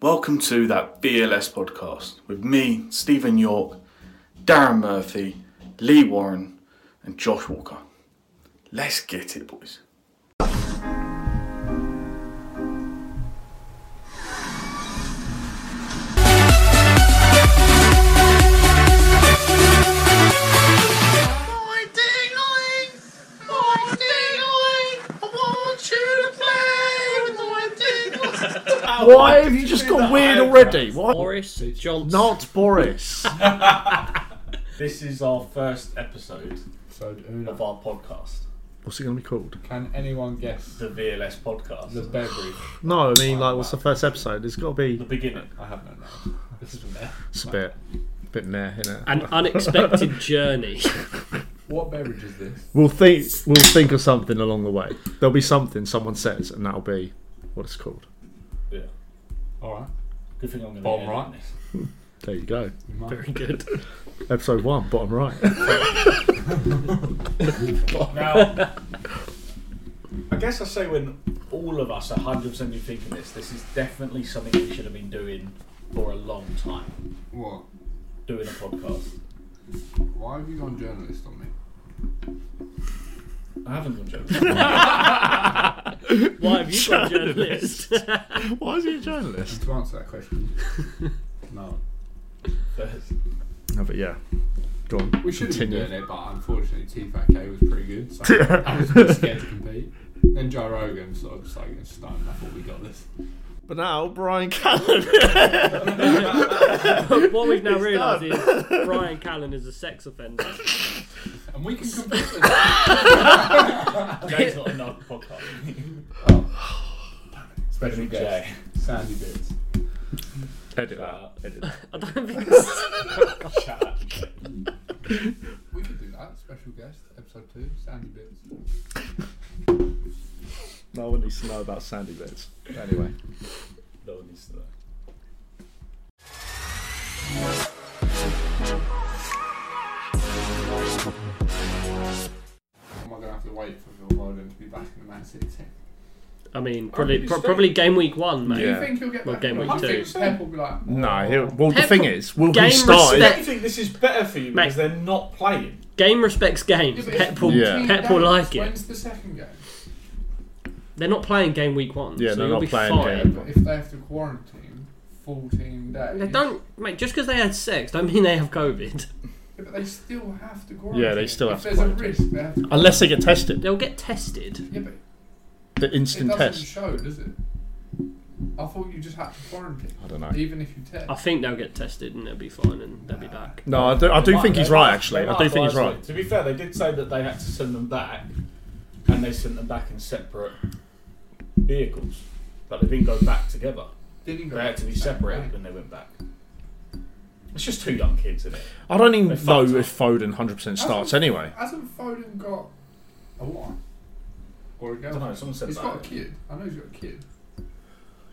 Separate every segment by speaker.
Speaker 1: Welcome to that BLS podcast with me, Stephen York, Darren Murphy, Lee Warren, and Josh Walker. Let's get it, boys.
Speaker 2: Boy Dingling! Boy Dingling! I want you to play with my Dingling!
Speaker 3: Why have you just got weird already? Why?
Speaker 4: Boris Johnson.
Speaker 3: Not Boris.
Speaker 5: This is our first episode of our podcast,
Speaker 3: What's it going to be called?
Speaker 6: Can anyone guess
Speaker 5: the VLS podcast.
Speaker 6: the
Speaker 5: The,
Speaker 6: beverage?
Speaker 3: No, I mean, like, what's the first episode? It's got to be
Speaker 5: beginning.
Speaker 6: I have no name. This is from there.
Speaker 3: it's a bit, bit meh, innit?
Speaker 4: An unexpected journey.
Speaker 6: What beverage is this?
Speaker 3: We'll think, we'll think of something along the way. There'll be something someone says, and that'll be what it's called.
Speaker 5: Yeah.
Speaker 6: All right.
Speaker 5: Good thing I'm going to
Speaker 6: Bottom
Speaker 5: edit
Speaker 6: right.
Speaker 5: this.
Speaker 3: There you go.
Speaker 6: You might.
Speaker 4: Very good.
Speaker 3: Episode one, bottom right.
Speaker 5: Now, I guess I say when all of us are 100% be thinking this, this is definitely something we should have been doing for a long time,
Speaker 6: What?
Speaker 5: doing a podcast.
Speaker 6: Why have you gone journalist on me?
Speaker 5: I haven't done joking.
Speaker 4: Why have you got journalist?
Speaker 3: Why is he a journalist?
Speaker 6: To answer that question. no.
Speaker 5: First.
Speaker 3: No, but yeah. Go on.
Speaker 6: We should have been
Speaker 3: Continue.
Speaker 6: doing it, but unfortunately, T5K was pretty good, so I was a bit scared to compete. Then Joe Rogan sort of just like getting stoned. I thought we got this.
Speaker 3: But now, Brian Callan.
Speaker 4: what we've now realised is Brian Callan is a sex offender.
Speaker 6: And we can compete with that.
Speaker 5: Jay's not another podcast.
Speaker 6: Special guest,
Speaker 5: Jay.
Speaker 6: Sandy Bits.
Speaker 3: Edit that. Edit that.
Speaker 4: I don't think so.
Speaker 5: Shout out to Jay.
Speaker 6: We could do that. Special guest, episode two, Sandy Bits.
Speaker 3: No one needs to know about Sandy Bits. Anyway.
Speaker 5: No one needs to know.
Speaker 6: Am I going to have to wait for Phil Foden to be back in the Man City team?
Speaker 4: I mean, probably
Speaker 6: it's
Speaker 4: pro-
Speaker 6: true.
Speaker 4: probably game week one, mate.
Speaker 3: Yeah.
Speaker 6: I think he'll get
Speaker 4: Well,
Speaker 6: back.
Speaker 4: game week
Speaker 6: I
Speaker 4: two.
Speaker 6: think Pep will be like,
Speaker 3: No, he'll, well, the
Speaker 4: Pep-
Speaker 3: thing is, will he
Speaker 4: game
Speaker 3: start?
Speaker 4: respect.
Speaker 5: Don't you think this is better for you
Speaker 4: Mate.
Speaker 5: because they're not playing?
Speaker 4: Game respects game.
Speaker 6: Yeah, but
Speaker 4: Pep
Speaker 6: it's
Speaker 4: will,
Speaker 3: Yeah.
Speaker 4: Pep will
Speaker 6: When's-
Speaker 4: like it.
Speaker 6: When's the second game?
Speaker 4: They're not playing game week one,
Speaker 3: Yeah,
Speaker 4: so
Speaker 3: they're
Speaker 4: you'll
Speaker 3: not
Speaker 4: be
Speaker 3: playing
Speaker 4: fine.
Speaker 3: game.
Speaker 6: But if they have to quarantine 14 days.
Speaker 4: They don't, mate. Just because they had sex, don't mean they have COVID.
Speaker 6: Yeah, but they still have to quarantine.
Speaker 3: Yeah, they still have
Speaker 6: if
Speaker 3: to
Speaker 6: If there's a
Speaker 3: quarantine.
Speaker 6: risk, they have to.
Speaker 3: Unless they get tested.
Speaker 4: They'll get tested.
Speaker 6: Yeah, but
Speaker 3: The
Speaker 6: it
Speaker 3: instant
Speaker 6: doesn't
Speaker 3: test.
Speaker 6: show, does it? I thought you just had to quarantine,
Speaker 3: I don't know.
Speaker 6: even if you test.
Speaker 4: I think they'll get tested and they'll be fine and they'll be back.
Speaker 3: No, I do, I do think he's right, actually. I do think he's right.
Speaker 5: To be fair, they did say that they had to send them back, and they sent them back in separate vehicles, but they didn't go back together.
Speaker 6: Didn't go
Speaker 5: They had to be
Speaker 6: back
Speaker 5: separated when they went back. It's just two young kids, isn't it?
Speaker 3: I don't even
Speaker 5: They
Speaker 3: know
Speaker 5: fucked
Speaker 3: if Foden 100% starts anyway.
Speaker 6: Hasn't Foden got a wife? Or a
Speaker 5: I don't know.
Speaker 6: girl?
Speaker 5: Someone said
Speaker 6: He's
Speaker 5: that.
Speaker 6: got a kid. I know he's got a kid.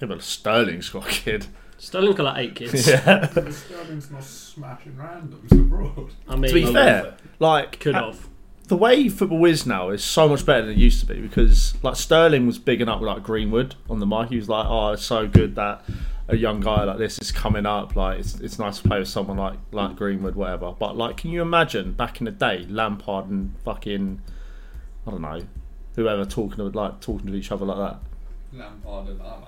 Speaker 3: Yeah, but Sterling's got a kid.
Speaker 4: Sterling's got like eight kids.
Speaker 3: Yeah.
Speaker 6: But Sterling's not smashing randoms abroad.
Speaker 4: I mean,
Speaker 3: to be fair, like,
Speaker 4: could
Speaker 3: uh,
Speaker 4: have.
Speaker 3: the way football is now is so much better than it used to be because, like, Sterling was bigging up, like, Greenwood on the mic. He was like, oh, it's so good that a young guy like this is coming up. Like, it's, it's nice to play with someone like, like Greenwood, whatever. But, like, can you imagine back in the day, Lampard and fucking, I don't know, whoever talking to, like, talking to each other like that?
Speaker 6: Lampard and Arlo.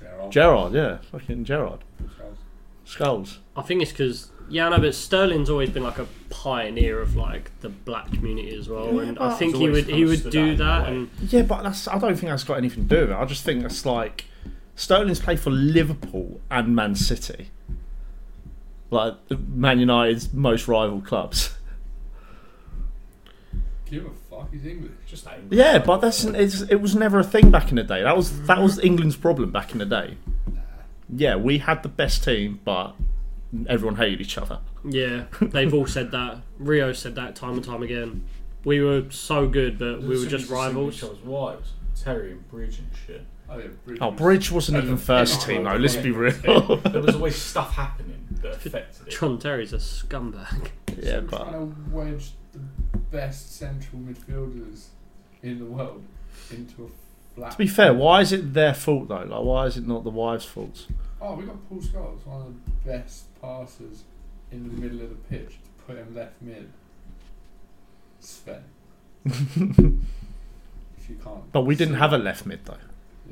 Speaker 6: Gerrard.
Speaker 3: Gerard, yeah, fucking Gerard.
Speaker 6: Charles.
Speaker 3: Skulls.
Speaker 4: I think it's because yeah, I know, but Sterling's always been like a pioneer of like the black community as well,
Speaker 3: Yeah,
Speaker 4: and
Speaker 3: but-
Speaker 4: I think
Speaker 5: He's
Speaker 4: he
Speaker 5: always
Speaker 4: would he would
Speaker 5: understood
Speaker 4: do
Speaker 5: that in a way.
Speaker 4: that. And
Speaker 3: Yeah, but that's I don't think that's got anything to do with it. I just think that's like Sterling's played for Liverpool and Man City. Like Man United's most rival clubs.
Speaker 6: Give a fuck, he's English.
Speaker 5: Just that English
Speaker 3: Yeah,
Speaker 5: guy.
Speaker 3: but that's it's, it was never a thing back in the day. That was that was England's problem back in the day. Yeah, we had the best team, but everyone hated each other.
Speaker 4: yeah, they've all said that. Rio said that time and time again. We were so good, but we were
Speaker 5: Soon
Speaker 4: just
Speaker 5: as they seen
Speaker 4: rivals.
Speaker 5: Each other's wives, Terry and Bridge and shit.
Speaker 6: Oh, yeah, Bridge
Speaker 3: Oh,
Speaker 6: was-
Speaker 3: Bridge wasn't even first team though. Let's be real.
Speaker 5: There was always stuff happening that affected it.
Speaker 4: John Terry's a scumbag.
Speaker 3: yeah,
Speaker 6: We're
Speaker 3: but
Speaker 6: trying to wedge the best central midfielders in the world into a flat.
Speaker 3: To be fair, why is it their fault though? Like, why is it not the wives' fault?
Speaker 6: Oh, we got Paul Scott. as one of the best passers in the middle of the pitch to put him left mid. Sven, if you can't.
Speaker 3: But we didn't
Speaker 6: see
Speaker 3: have a
Speaker 6: that.
Speaker 3: left mid though.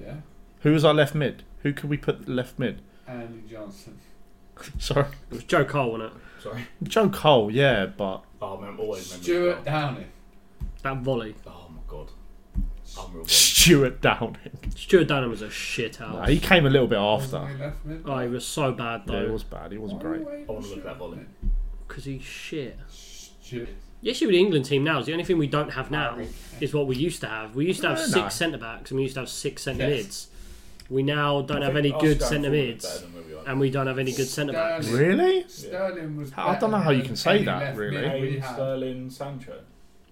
Speaker 6: Yeah,
Speaker 3: Who was our left mid? Who could we put left mid?
Speaker 6: Andy Johnson.
Speaker 3: Sorry,
Speaker 4: It was Joe Cole, wasn't it?
Speaker 7: Sorry.
Speaker 3: Joe Cole. Yeah, but
Speaker 7: Oh, I remember, always remember. that.
Speaker 6: Stuart Downing.
Speaker 4: That volley.
Speaker 7: Oh my god. Unreal.
Speaker 3: Stuart Downing.
Speaker 4: Stuart Dunham was a shit out.
Speaker 3: Nah, he came a little bit
Speaker 6: Wasn't
Speaker 3: after.
Speaker 6: he left mid?
Speaker 4: Oh, he was so bad
Speaker 3: Yeah, it
Speaker 4: though,
Speaker 3: was bad. He wasn't
Speaker 6: Why are
Speaker 3: great.
Speaker 6: we waiting
Speaker 7: I wanna
Speaker 6: for
Speaker 7: look at that
Speaker 6: Stuart
Speaker 7: volley.
Speaker 6: Downing?
Speaker 4: because he's shit.
Speaker 6: Stuart.
Speaker 4: Yes, you with the England team now is the only thing we don't have now is what we used to have. We used to have
Speaker 3: No,
Speaker 4: six
Speaker 3: no.
Speaker 4: centre backs and we used to have six centre
Speaker 6: Yes.
Speaker 4: mids. We now don't
Speaker 7: I
Speaker 4: have
Speaker 7: think
Speaker 4: any
Speaker 7: us
Speaker 4: good
Speaker 7: going
Speaker 4: centre
Speaker 7: forward is
Speaker 4: mids,
Speaker 7: better than where we are.
Speaker 4: and we don't have any good centre backs.
Speaker 6: Sterling.
Speaker 3: Really?
Speaker 6: Sterling was.
Speaker 3: I don't know
Speaker 6: better
Speaker 3: how you
Speaker 6: than
Speaker 3: can say
Speaker 6: any
Speaker 3: that,
Speaker 6: left mid
Speaker 3: really.
Speaker 6: we
Speaker 7: Kane,
Speaker 6: had.
Speaker 7: Sterling, Sancho.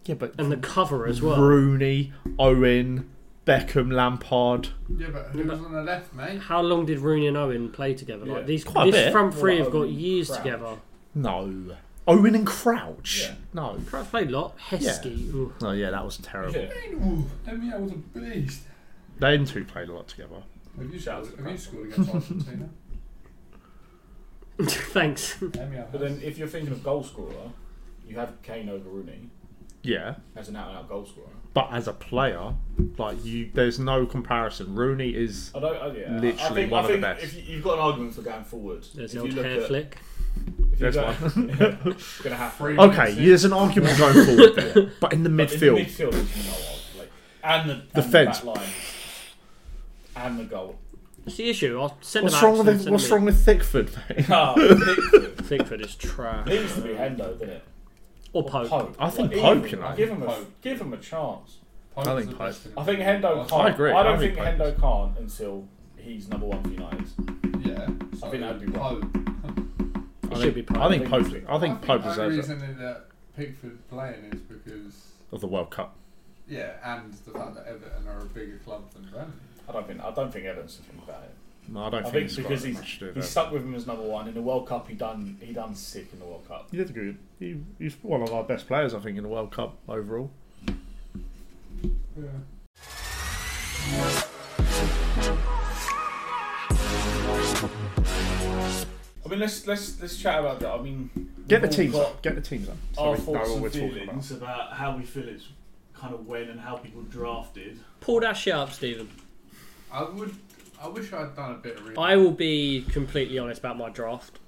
Speaker 3: Yeah, but
Speaker 4: And the cover as well.
Speaker 3: Rooney, Owen, Beckham, Lampard.
Speaker 6: Yeah, but who was on the left, mate?
Speaker 4: How long did Rooney and Owen play together? Like
Speaker 7: Yeah.
Speaker 4: these,
Speaker 3: Quite a
Speaker 4: this
Speaker 3: bit.
Speaker 4: front three
Speaker 7: Well,
Speaker 4: have got
Speaker 7: Owen,
Speaker 4: years
Speaker 7: Crouch.
Speaker 4: together.
Speaker 3: No. Owen and Crouch.
Speaker 7: Yeah.
Speaker 3: No.
Speaker 4: Crouch played a lot. Heskey. ooh.
Speaker 3: No, yeah, that was terrible.
Speaker 7: Yeah.
Speaker 6: Ooh, Emmy, I was a beast.
Speaker 3: They two played a lot together.
Speaker 6: Have you
Speaker 7: Shout out
Speaker 6: scored,
Speaker 7: to
Speaker 6: have you
Speaker 7: Crouch.
Speaker 6: scored against Argentina?
Speaker 4: Thanks.
Speaker 6: Emmy, I
Speaker 7: But then if you're thinking of goal scorer, you have Kane over Rooney
Speaker 3: Yeah.
Speaker 7: as an out and out goal scorer.
Speaker 3: But as a player, like you there's no comparison. Rooney is
Speaker 7: I don't, I, yeah, I- I
Speaker 3: Literally
Speaker 7: think,
Speaker 3: one
Speaker 7: I
Speaker 3: of the
Speaker 7: think
Speaker 3: best.
Speaker 7: If you, you've got an argument for going forward,
Speaker 4: There's
Speaker 7: if
Speaker 4: the
Speaker 7: you
Speaker 4: old
Speaker 7: look
Speaker 4: hair
Speaker 7: at,
Speaker 4: flick.
Speaker 7: If you
Speaker 3: There's
Speaker 7: go- yeah, it's gonna have
Speaker 6: Free
Speaker 3: Okay,
Speaker 6: minutes in.
Speaker 3: there's an argument going forward there. But in the midfield,
Speaker 7: In midfield, you know of, like, and the, and
Speaker 3: fence.
Speaker 7: the back line, and the goal.
Speaker 4: That's the issue. Our centre
Speaker 3: what's
Speaker 4: backs.
Speaker 3: wrong with
Speaker 4: and
Speaker 3: it- what's
Speaker 4: centre
Speaker 3: wrong with Thickford, mate?
Speaker 7: Ah, Pickford.
Speaker 4: mids. Pickford is trash.
Speaker 7: It used to be Hendo, didn't it?
Speaker 4: Or Pope.
Speaker 3: I think
Speaker 7: Like,
Speaker 3: Pope,
Speaker 7: even-
Speaker 3: you know.
Speaker 7: Give him, a,
Speaker 6: Pope.
Speaker 7: give him a chance.
Speaker 6: Pope's
Speaker 3: I think
Speaker 6: the best
Speaker 7: I
Speaker 6: in
Speaker 7: think
Speaker 6: the
Speaker 7: Hendo
Speaker 6: world.
Speaker 7: can't.
Speaker 3: I agree,
Speaker 7: I don't
Speaker 3: I
Speaker 7: think
Speaker 3: think
Speaker 7: Hendo can't until he's number one for United.
Speaker 6: Yeah.
Speaker 7: I think that'd be right.
Speaker 6: Pope.
Speaker 4: It
Speaker 3: I think,
Speaker 4: should be Pope.
Speaker 3: I think Pope. I think Pope
Speaker 6: the only
Speaker 3: deserves it
Speaker 6: reason that Pickford playing is because
Speaker 3: of the World Cup.
Speaker 6: yeah, and the fact that Everton are a bigger club than Burnley.
Speaker 7: I don't think. I don't think Evans thinking about it.
Speaker 3: No, I don't
Speaker 7: I
Speaker 3: think,
Speaker 7: think
Speaker 3: he's
Speaker 7: because
Speaker 3: got
Speaker 7: he's
Speaker 3: much to do
Speaker 7: he's
Speaker 3: there.
Speaker 7: stuck with him as number one in the World Cup. He done he done sick in the World Cup.
Speaker 3: He did good. He, he's one of our best players, I think, in the World Cup overall.
Speaker 6: Yeah.
Speaker 7: I mean, let's let's let's chat about that. I mean,
Speaker 3: Get the
Speaker 7: we've all
Speaker 3: teams
Speaker 7: got
Speaker 3: up. Get the teams up. So
Speaker 5: our
Speaker 3: we know
Speaker 5: thoughts
Speaker 3: what we're
Speaker 5: and
Speaker 3: talking about.
Speaker 5: feelings about. how we feel it's kind of when and how people drafted.
Speaker 4: Pull that shit up, Stephen.
Speaker 6: I would. I wish I'd done a bit of reading.
Speaker 4: I will be completely honest about my draft.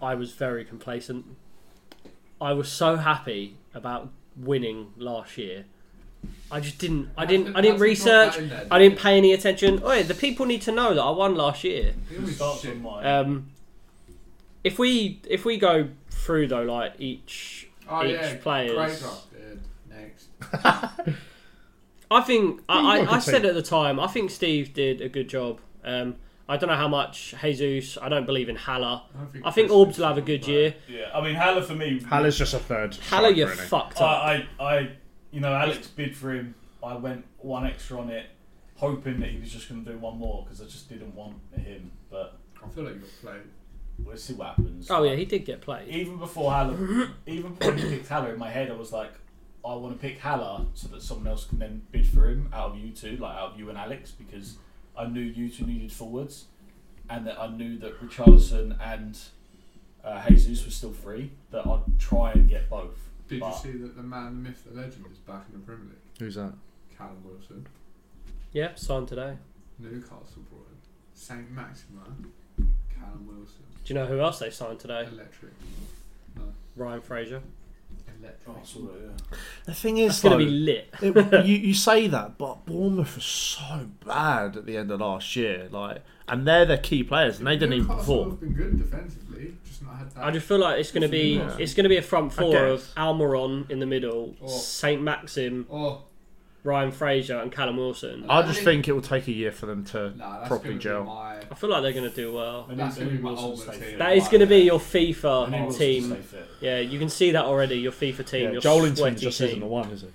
Speaker 4: I was very complacent. I was so happy about winning last year. I just didn't. I didn't. I didn't
Speaker 6: That's not
Speaker 4: research.
Speaker 6: that in there,
Speaker 4: I didn't pay any attention. Oh, the people need to know that I won last year.
Speaker 6: It was
Speaker 5: Starts
Speaker 6: shit.
Speaker 5: on mine.
Speaker 4: Um, if we if we go through though, like each
Speaker 6: Oh
Speaker 4: each
Speaker 6: yeah,
Speaker 4: players.
Speaker 6: Great draft, dude. Next.
Speaker 4: I think I,
Speaker 3: you
Speaker 4: I, I
Speaker 3: can
Speaker 4: said
Speaker 3: take-
Speaker 4: at the time. I think Steve did a good job. Um, I don't know how much Jesus. I don't believe in Haller.
Speaker 6: I think,
Speaker 4: I think Orbs will have a good year.
Speaker 5: yeah, I mean, Haller for me.
Speaker 3: Haller's just a third.
Speaker 4: Haller,
Speaker 3: striker,
Speaker 4: you're
Speaker 3: isn't he?
Speaker 4: fucked
Speaker 5: I,
Speaker 4: up.
Speaker 5: I, I, you know, Alex bid for him. I went one extra on it, hoping that he was just going to do one more because I just didn't want him. But
Speaker 6: I feel like you got played.
Speaker 5: we'll see what happens.
Speaker 4: oh yeah, he did get played.
Speaker 5: even before Haller, even before he picked Haller, in my head I was like, I want to pick Haller so that someone else can then bid for him out of you two, like out of you and Alex, because I knew you two needed forwards, and that I knew that Richarlison and uh, Jesus was still free. That I'd try and get both.
Speaker 6: Did
Speaker 5: But-
Speaker 6: you see that the man, the myth, the legend is back in the Premier League?
Speaker 3: Who's that?
Speaker 6: Callum Wilson,
Speaker 4: Yeah, signed today.
Speaker 6: Newcastle brought him. Saint Maximin, Callum Wilson,
Speaker 4: Do you know who else they signed today?
Speaker 6: electric,
Speaker 4: Ryan Fraser.
Speaker 6: electric.
Speaker 5: Oh, I saw that, yeah.
Speaker 3: The thing is,
Speaker 4: It's gonna be lit.
Speaker 3: it, you, you say that, but Bournemouth was so bad at the end of last year. Like, and they're their key players, and they didn't even
Speaker 6: Newcastle
Speaker 3: perform.
Speaker 6: have been good defensively, just not had that.
Speaker 4: I just feel like it's gonna be
Speaker 3: Yeah.
Speaker 4: it's gonna be a front four of
Speaker 3: guess.
Speaker 4: Almiron in the middle,
Speaker 6: Oh.
Speaker 4: Saint Maxim,
Speaker 6: oh,
Speaker 4: Ryan Fraser, and Callum Wilson.
Speaker 3: I just think it will take a year for them to
Speaker 6: nah,
Speaker 3: properly
Speaker 6: that's Probably gel.
Speaker 3: gel.
Speaker 4: I feel like they're gonna do well.
Speaker 5: And
Speaker 6: That's
Speaker 5: then
Speaker 6: gonna be my
Speaker 5: Wilson
Speaker 6: ultimate
Speaker 5: stay
Speaker 6: team.
Speaker 5: fit.
Speaker 4: That is going to be your FIFA
Speaker 5: And then Wilson
Speaker 4: team.
Speaker 5: stay fit.
Speaker 4: Yeah, you can see that already. Your FIFA team. your sweaty team.
Speaker 3: one, is it?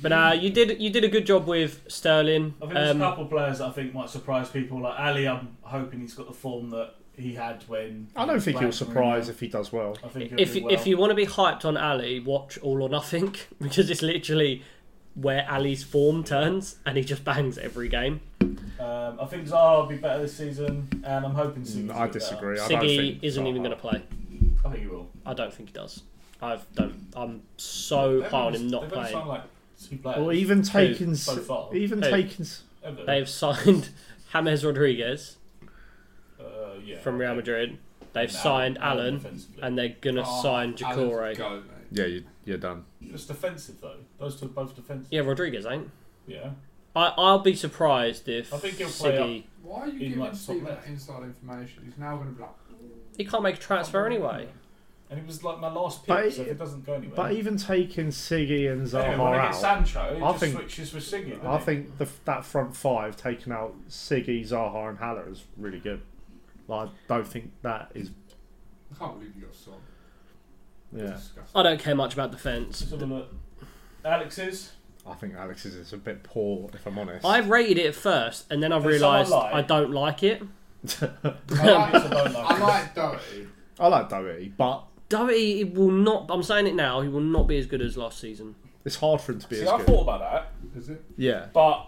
Speaker 4: But uh, you did you did a good job with Sterling.
Speaker 5: I think there's
Speaker 4: Um,
Speaker 5: a couple of players that I think might surprise people. Like Ali, I'm hoping he's got the form that he had when.
Speaker 3: I don't think
Speaker 5: he
Speaker 3: he'll
Speaker 5: was playing for
Speaker 3: surprise
Speaker 5: Mourinho.
Speaker 3: if he does well.
Speaker 5: I think he'll
Speaker 4: if
Speaker 5: do
Speaker 4: you
Speaker 5: well.
Speaker 4: if you want to be hyped on Ali, watch All or Nothing because it's literally where Ali's form turns, and he just bangs every game.
Speaker 5: Um, I think Zaha will be better this season, and I'm hoping. Siggy's
Speaker 3: Mm, I
Speaker 5: a bit
Speaker 3: disagree. I don't
Speaker 4: Siggy
Speaker 3: think
Speaker 4: isn't even
Speaker 3: Zaha-
Speaker 4: going to play.
Speaker 5: better. I think he will.
Speaker 4: I don't think he does. I don't. I'm so high on him not
Speaker 5: They've only
Speaker 4: playing.
Speaker 5: signed like two players.
Speaker 3: Or even taking,
Speaker 5: so far.
Speaker 3: even
Speaker 4: Who?
Speaker 3: taking.
Speaker 5: Have they?
Speaker 4: They've signed James Rodriguez
Speaker 5: Uh, yeah,
Speaker 4: from Real Madrid. They've
Speaker 5: Nah,
Speaker 4: signed
Speaker 5: nah, Ah,
Speaker 4: Allen,
Speaker 5: defensively.
Speaker 4: and they're gonna sign Jacore.
Speaker 6: Go, mate.
Speaker 3: Yeah, you, you're done.
Speaker 5: It's defensive though. Those two are both defensive.
Speaker 4: Yeah, Rodriguez ain't.
Speaker 5: Yeah.
Speaker 4: I I'll be surprised if
Speaker 5: I think he'll play
Speaker 4: Siggy.
Speaker 6: Why are you
Speaker 5: He might
Speaker 6: giving
Speaker 5: stop
Speaker 6: Steve
Speaker 5: there.
Speaker 6: that inside information? He's now going to be like,
Speaker 4: He can't make a transfer anyway.
Speaker 5: And it was like my last pick,
Speaker 3: But
Speaker 5: so if
Speaker 3: it-
Speaker 5: it doesn't go anywhere.
Speaker 3: But even taking Siggy and Zaha
Speaker 5: anyway, when I get
Speaker 3: out,
Speaker 5: Sancho, he
Speaker 3: I
Speaker 5: just
Speaker 3: think-
Speaker 5: switches with Siggy. doesn't
Speaker 3: I
Speaker 5: he?
Speaker 3: think the, that front five taking out Siggy, Zaha, and Haller is really good. Like, I don't think that is.
Speaker 6: I can't believe you got Son.
Speaker 3: Yeah,
Speaker 4: I don't care much about defense.
Speaker 5: Let's have a look. Alex's.
Speaker 3: I think Alex's is a bit poor, if I'm honest.
Speaker 4: I rated it at first, and then I
Speaker 5: Did someone
Speaker 4: realised
Speaker 5: lie?
Speaker 4: I don't like it.
Speaker 6: I
Speaker 5: It's a
Speaker 6: like,
Speaker 5: low
Speaker 6: I
Speaker 5: line.
Speaker 6: like Doherty.
Speaker 3: I like Doherty, but
Speaker 4: Doherty he will not. I'm saying it now. He will not be as good as last season.
Speaker 3: it's hard for him to be
Speaker 5: See,
Speaker 3: as
Speaker 5: I
Speaker 3: good.
Speaker 5: thought about that,
Speaker 6: Is it?
Speaker 3: yeah,
Speaker 5: but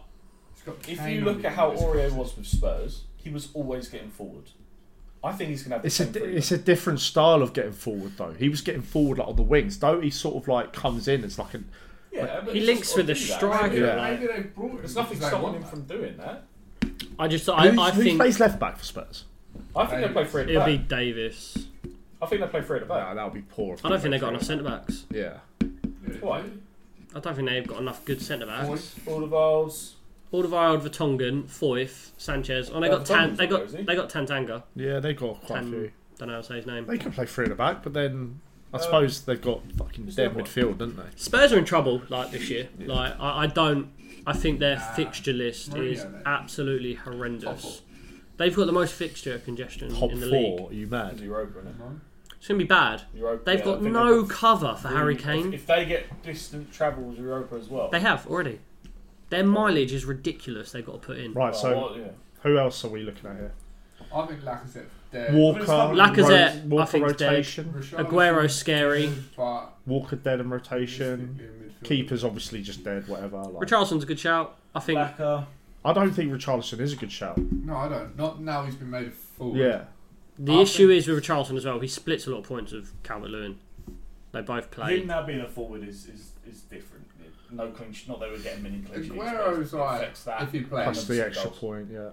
Speaker 6: It's got
Speaker 5: if
Speaker 6: Kane
Speaker 5: you
Speaker 6: on
Speaker 5: look
Speaker 6: it,
Speaker 5: at how
Speaker 6: it's-
Speaker 5: Aurier was with Spurs, he was always getting forward. I think he's gonna have the
Speaker 3: it's
Speaker 5: same
Speaker 3: a
Speaker 5: freedom.
Speaker 3: it's a different style of getting forward though. He was getting forward like on the wings. Doherty sort of like comes in. It's like an
Speaker 5: yeah, but
Speaker 4: He
Speaker 5: he's
Speaker 4: links
Speaker 5: just
Speaker 4: with the
Speaker 5: gotta do that.
Speaker 4: striker.
Speaker 6: Maybe,
Speaker 3: Yeah.
Speaker 6: maybe they brought him.
Speaker 5: There's nothing
Speaker 6: because they
Speaker 5: stopping
Speaker 6: want
Speaker 5: him from doing that.
Speaker 4: I just
Speaker 3: who,
Speaker 4: I, I
Speaker 3: who
Speaker 4: think
Speaker 3: plays left back for Spurs?
Speaker 5: I think they play three at the
Speaker 4: it'll be
Speaker 5: back.
Speaker 4: Davis.
Speaker 5: I think they play three at the
Speaker 3: Nah,
Speaker 5: back.
Speaker 3: that would be poor. if
Speaker 4: I
Speaker 3: they
Speaker 4: don't think
Speaker 3: went
Speaker 4: they've got
Speaker 3: for
Speaker 4: enough centre backs.
Speaker 3: it. Yeah,
Speaker 6: that. Yeah.
Speaker 5: Why?
Speaker 4: I don't think they've got enough good centre backs.
Speaker 5: Alderweireld's.
Speaker 4: Alderweireld, Vertonghen, Foyth, Sanchez. Oh, they
Speaker 5: Uh,
Speaker 4: got
Speaker 5: Vertonghen's
Speaker 4: Tan. They
Speaker 5: not there,
Speaker 4: got
Speaker 5: is he?
Speaker 4: they got Tantanga.
Speaker 3: yeah, they got quite a few.
Speaker 4: Tan, don't know how to say his name.
Speaker 3: They could play three at the back, but then I
Speaker 5: Uh,
Speaker 3: suppose they've got fucking
Speaker 5: who's the
Speaker 3: dead
Speaker 5: other one?
Speaker 3: midfield, don't they?
Speaker 4: Spurs are in trouble like this year. Like I, I don't. I think their fixture list is
Speaker 6: Mourinho, mate.
Speaker 4: absolutely
Speaker 6: Top
Speaker 4: horrendous. They've got the most fixture congestion
Speaker 3: Top
Speaker 4: in the
Speaker 3: four?
Speaker 4: league.
Speaker 3: Are you mad?
Speaker 5: Europa, isn't it?
Speaker 4: It's gonna be bad.
Speaker 5: Europa,
Speaker 4: They've
Speaker 5: yeah, I
Speaker 4: got
Speaker 5: think
Speaker 4: no
Speaker 5: they've got
Speaker 4: cover for Harry
Speaker 5: three-
Speaker 4: Kane.
Speaker 5: If, if they get distant travel with Europa as well,
Speaker 4: They have already. Their mileage is ridiculous. They've got to put in.
Speaker 3: Right.
Speaker 5: well,
Speaker 3: So
Speaker 5: what- yeah.
Speaker 3: who else are we looking at here?
Speaker 6: I think Lacazette.
Speaker 5: Uh,
Speaker 6: dead.
Speaker 3: Walker,
Speaker 4: Lacazette,
Speaker 3: Ro-
Speaker 4: I
Speaker 3: Walker
Speaker 4: think's dead.
Speaker 3: rotation,
Speaker 6: Richarlison
Speaker 4: Aguero's scary.
Speaker 6: dead, But
Speaker 3: Walker dead in rotation.
Speaker 6: realistically in midfield.
Speaker 3: Keepers obviously just dead. Whatever. Like.
Speaker 4: Richardson's a good shout. I think
Speaker 5: Laka,
Speaker 3: I don't think Richarlison is a good shout.
Speaker 6: No, I don't. Not now he's been made a fool.
Speaker 3: Yeah,
Speaker 4: the
Speaker 6: I
Speaker 4: issue is with Richarlison as well. He splits a lot of points with Calvert Lewin. They both
Speaker 5: him
Speaker 4: play.
Speaker 5: now being a forward is is, is different. No clean, sh- not they were getting many clean sheets. but
Speaker 6: Aguero's
Speaker 5: it
Speaker 6: like,
Speaker 5: affects that.
Speaker 6: if he
Speaker 3: plus
Speaker 6: plays,
Speaker 3: the
Speaker 5: obviously
Speaker 3: extra
Speaker 5: goals.
Speaker 3: point. Yeah.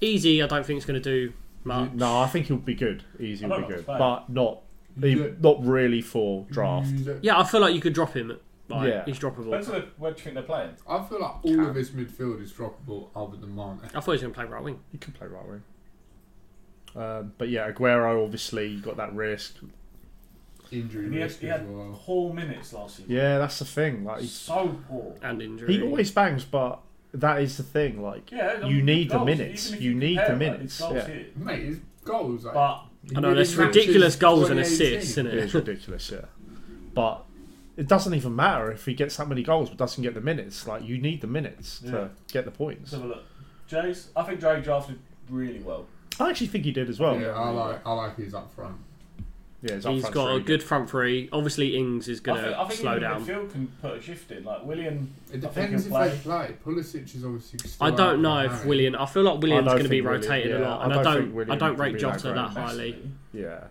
Speaker 4: Easy, I don't think it's going to do much.
Speaker 3: No, I think he'll be good. Easy,
Speaker 5: I don't
Speaker 3: he'll be
Speaker 5: know,
Speaker 3: good,
Speaker 5: but-
Speaker 3: but not he-
Speaker 6: Yeah.
Speaker 3: not really for draft.
Speaker 5: Mm.
Speaker 6: you look-
Speaker 4: Yeah, I feel like you could drop him. Like,
Speaker 3: Yeah.
Speaker 4: He's droppable.
Speaker 5: Depends on the- where do you think they're playing.
Speaker 6: I feel like all of his midfield is droppable other than Mane.
Speaker 4: I thought he was going to play right wing.
Speaker 3: He can play right wing. Um, but yeah, Aguero obviously you got that risk.
Speaker 6: Injury
Speaker 5: He had,
Speaker 6: risk
Speaker 5: he
Speaker 6: as
Speaker 5: had
Speaker 6: well.
Speaker 5: poor minutes last season.
Speaker 3: Yeah, that's the thing. Like he's,
Speaker 5: So poor.
Speaker 4: and injury.
Speaker 3: he always bangs, but that is the thing. Like
Speaker 5: Yeah, I
Speaker 3: you
Speaker 5: mean,
Speaker 3: need the
Speaker 5: goals,
Speaker 3: minutes.
Speaker 5: even if
Speaker 3: You need the
Speaker 5: compare, like,
Speaker 3: minutes.
Speaker 5: his goals
Speaker 3: Yeah.
Speaker 5: here.
Speaker 6: Mate, his goals. Like,
Speaker 5: But
Speaker 4: I know there's ridiculous goals and assists, isn't
Speaker 3: It is
Speaker 4: it?
Speaker 3: ridiculous, yeah. But it doesn't even matter if he gets that many goals but doesn't get the minutes. Like you need the minutes
Speaker 5: Yeah.
Speaker 3: to get the points.
Speaker 5: let's have a look. Jace, I think Drake drafted really well.
Speaker 3: I actually think he did as well.
Speaker 6: Yeah, I like, I like his up front.
Speaker 3: Yeah, his
Speaker 4: He's
Speaker 3: up front's
Speaker 4: got a
Speaker 3: really
Speaker 4: good front three. Obviously, Ings is going
Speaker 5: I think, I
Speaker 4: to
Speaker 5: think
Speaker 4: slow
Speaker 5: even
Speaker 4: down.
Speaker 5: midfield can put a shift in. Like William,
Speaker 6: It
Speaker 5: I think
Speaker 6: depends
Speaker 5: he'll
Speaker 6: if
Speaker 5: play.
Speaker 6: they play. Pulisic is obviously. Still
Speaker 4: I
Speaker 6: out
Speaker 4: don't know
Speaker 6: for
Speaker 4: if
Speaker 6: Harry.
Speaker 4: William. I feel like William's
Speaker 3: don't
Speaker 4: going to be
Speaker 3: think Willian-
Speaker 4: rotated a
Speaker 3: yeah,
Speaker 4: lot,
Speaker 3: I
Speaker 4: and I
Speaker 3: don't
Speaker 4: don't.
Speaker 3: think Willian
Speaker 4: I don't
Speaker 3: can
Speaker 4: rate
Speaker 3: be that
Speaker 4: Jota that,
Speaker 3: great.
Speaker 4: highly.
Speaker 5: massively.
Speaker 3: Yeah.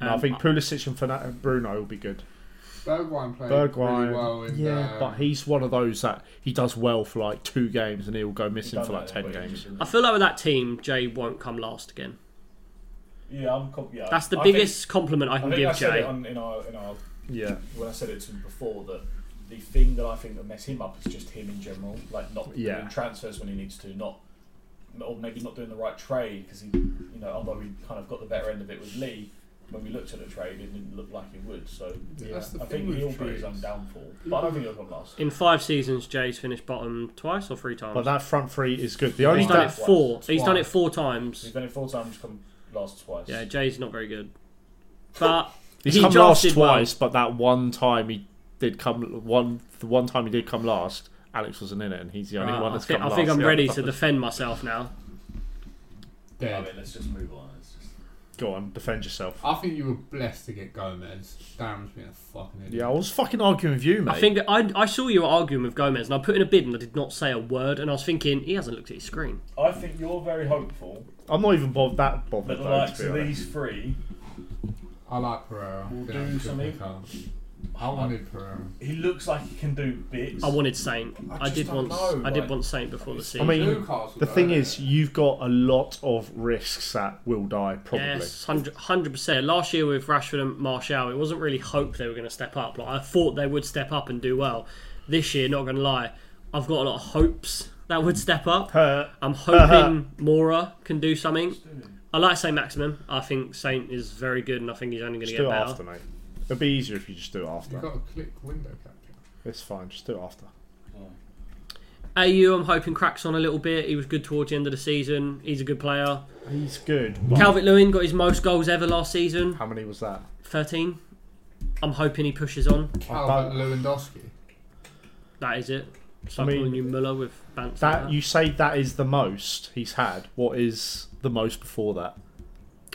Speaker 4: Um,
Speaker 3: No, I think Pulisic and Fernand- Bruno will be good.
Speaker 6: Bergwijn played
Speaker 3: Bergwijn,
Speaker 6: really well in um, uh,
Speaker 3: yeah,
Speaker 6: the,
Speaker 3: but he's one of those that he does well for like two games and he'll go missing
Speaker 5: Don't
Speaker 3: for like
Speaker 5: know,
Speaker 3: ten
Speaker 5: but he's
Speaker 3: games.
Speaker 5: in
Speaker 4: I
Speaker 5: there.
Speaker 4: feel like with that team, Jay won't come last again.
Speaker 5: Yeah, I'm. Com- yeah,
Speaker 4: That's the
Speaker 5: I think-
Speaker 4: biggest compliment I
Speaker 5: I
Speaker 4: can
Speaker 5: think I
Speaker 4: give
Speaker 5: said
Speaker 4: Jay.
Speaker 5: it on, in our in our
Speaker 3: Yeah,
Speaker 5: when I said it to him before that the thing that I think that mess him up is just him in general, like not
Speaker 3: Yeah.
Speaker 5: doing transfers when he needs to, not or maybe not doing the right trade because he, you know, although we kind of got the better end of it with Lee. When we looked at the trade, it didn't look like he would. So yeah,
Speaker 6: That's the
Speaker 5: I
Speaker 6: thing
Speaker 5: think
Speaker 6: with
Speaker 5: he'll be his
Speaker 6: trades.
Speaker 5: own downfall. But I don't think he'll come last.
Speaker 4: In five seasons, Jay's finished bottom twice or three times.
Speaker 3: but that front three is good. The only
Speaker 4: he's done it
Speaker 3: that,
Speaker 5: Twice.
Speaker 4: four. He's done it
Speaker 6: Twice.
Speaker 4: four
Speaker 5: He's
Speaker 4: times.
Speaker 5: done it four times, he's come last twice.
Speaker 4: Yeah, Jay's not very good. But
Speaker 3: he's
Speaker 4: he
Speaker 3: come last
Speaker 4: drafted well.
Speaker 3: twice, but that one time he did come one the one time he did come last. Alex wasn't in it, and he's the only
Speaker 4: uh,
Speaker 3: one
Speaker 4: I,
Speaker 3: that's
Speaker 4: think,
Speaker 3: come
Speaker 4: I think
Speaker 3: last.
Speaker 4: I'm
Speaker 3: Yeah.
Speaker 4: ready to defend myself now.
Speaker 5: I mean,
Speaker 6: dead.
Speaker 5: let's just move on. It's just,
Speaker 3: Go on, defend yourself.
Speaker 6: I think you were blessed to get Gomez. Darren's been a fucking idiot.
Speaker 3: Yeah, I was fucking arguing with you, mate.
Speaker 4: I think that I, I saw you arguing with Gomez, and I put in a bid, and I did not say a word, and I was thinking he hasn't looked at his screen.
Speaker 5: I think you're very hopeful
Speaker 3: I'm not even bothered that
Speaker 5: that
Speaker 3: bothered.
Speaker 5: the
Speaker 3: Though,
Speaker 5: likes
Speaker 3: to be
Speaker 5: of
Speaker 3: honest.
Speaker 5: these three,
Speaker 6: I like Pereira.
Speaker 5: We'll
Speaker 6: Been
Speaker 5: do
Speaker 6: a good
Speaker 5: something.
Speaker 6: pickup. I wanted Pereira.
Speaker 5: he looks like he can do bits.
Speaker 4: I wanted Saint.
Speaker 5: I
Speaker 4: I,
Speaker 5: just
Speaker 4: did
Speaker 5: don't
Speaker 4: want.
Speaker 5: know,
Speaker 4: I did
Speaker 5: like-
Speaker 4: want Saint before the
Speaker 3: I
Speaker 4: season.
Speaker 3: mean,
Speaker 6: Newcastle,
Speaker 3: the
Speaker 6: though,
Speaker 3: thing
Speaker 6: isn't
Speaker 3: is,
Speaker 6: it?
Speaker 3: you've got a lot of risks that will die, probably.
Speaker 4: Yes, hundred percent. Last year with Rashford and Martial, it wasn't really hope they were going to step up. Like I thought they would step up and do well. This year, not going to lie, I've got a lot of hopes that would step up.
Speaker 3: Uh,
Speaker 4: I'm hoping Mora can do something. I like Saint Maximum. I think Saint is very good, and I think he's only going to
Speaker 3: just
Speaker 4: get
Speaker 3: do it
Speaker 4: better.
Speaker 3: after, mate. It'll be easier if you just do it
Speaker 6: You've
Speaker 3: after.
Speaker 6: got a click window capture.
Speaker 3: It's fine, just do it after.
Speaker 4: AU, I'm hoping cracks on a little bit. He was good towards the end of the season. He's a good player.
Speaker 3: He's good. but
Speaker 4: Calvert Lewin got his most goals ever last season,
Speaker 3: how many was that?
Speaker 4: 13. I'm hoping he pushes on.
Speaker 6: Calvert Lewandowski.
Speaker 4: That is it. Start
Speaker 3: I mean,
Speaker 4: calling you Muller with Bantz.
Speaker 3: That you say that is the most he's had. What is the most before that?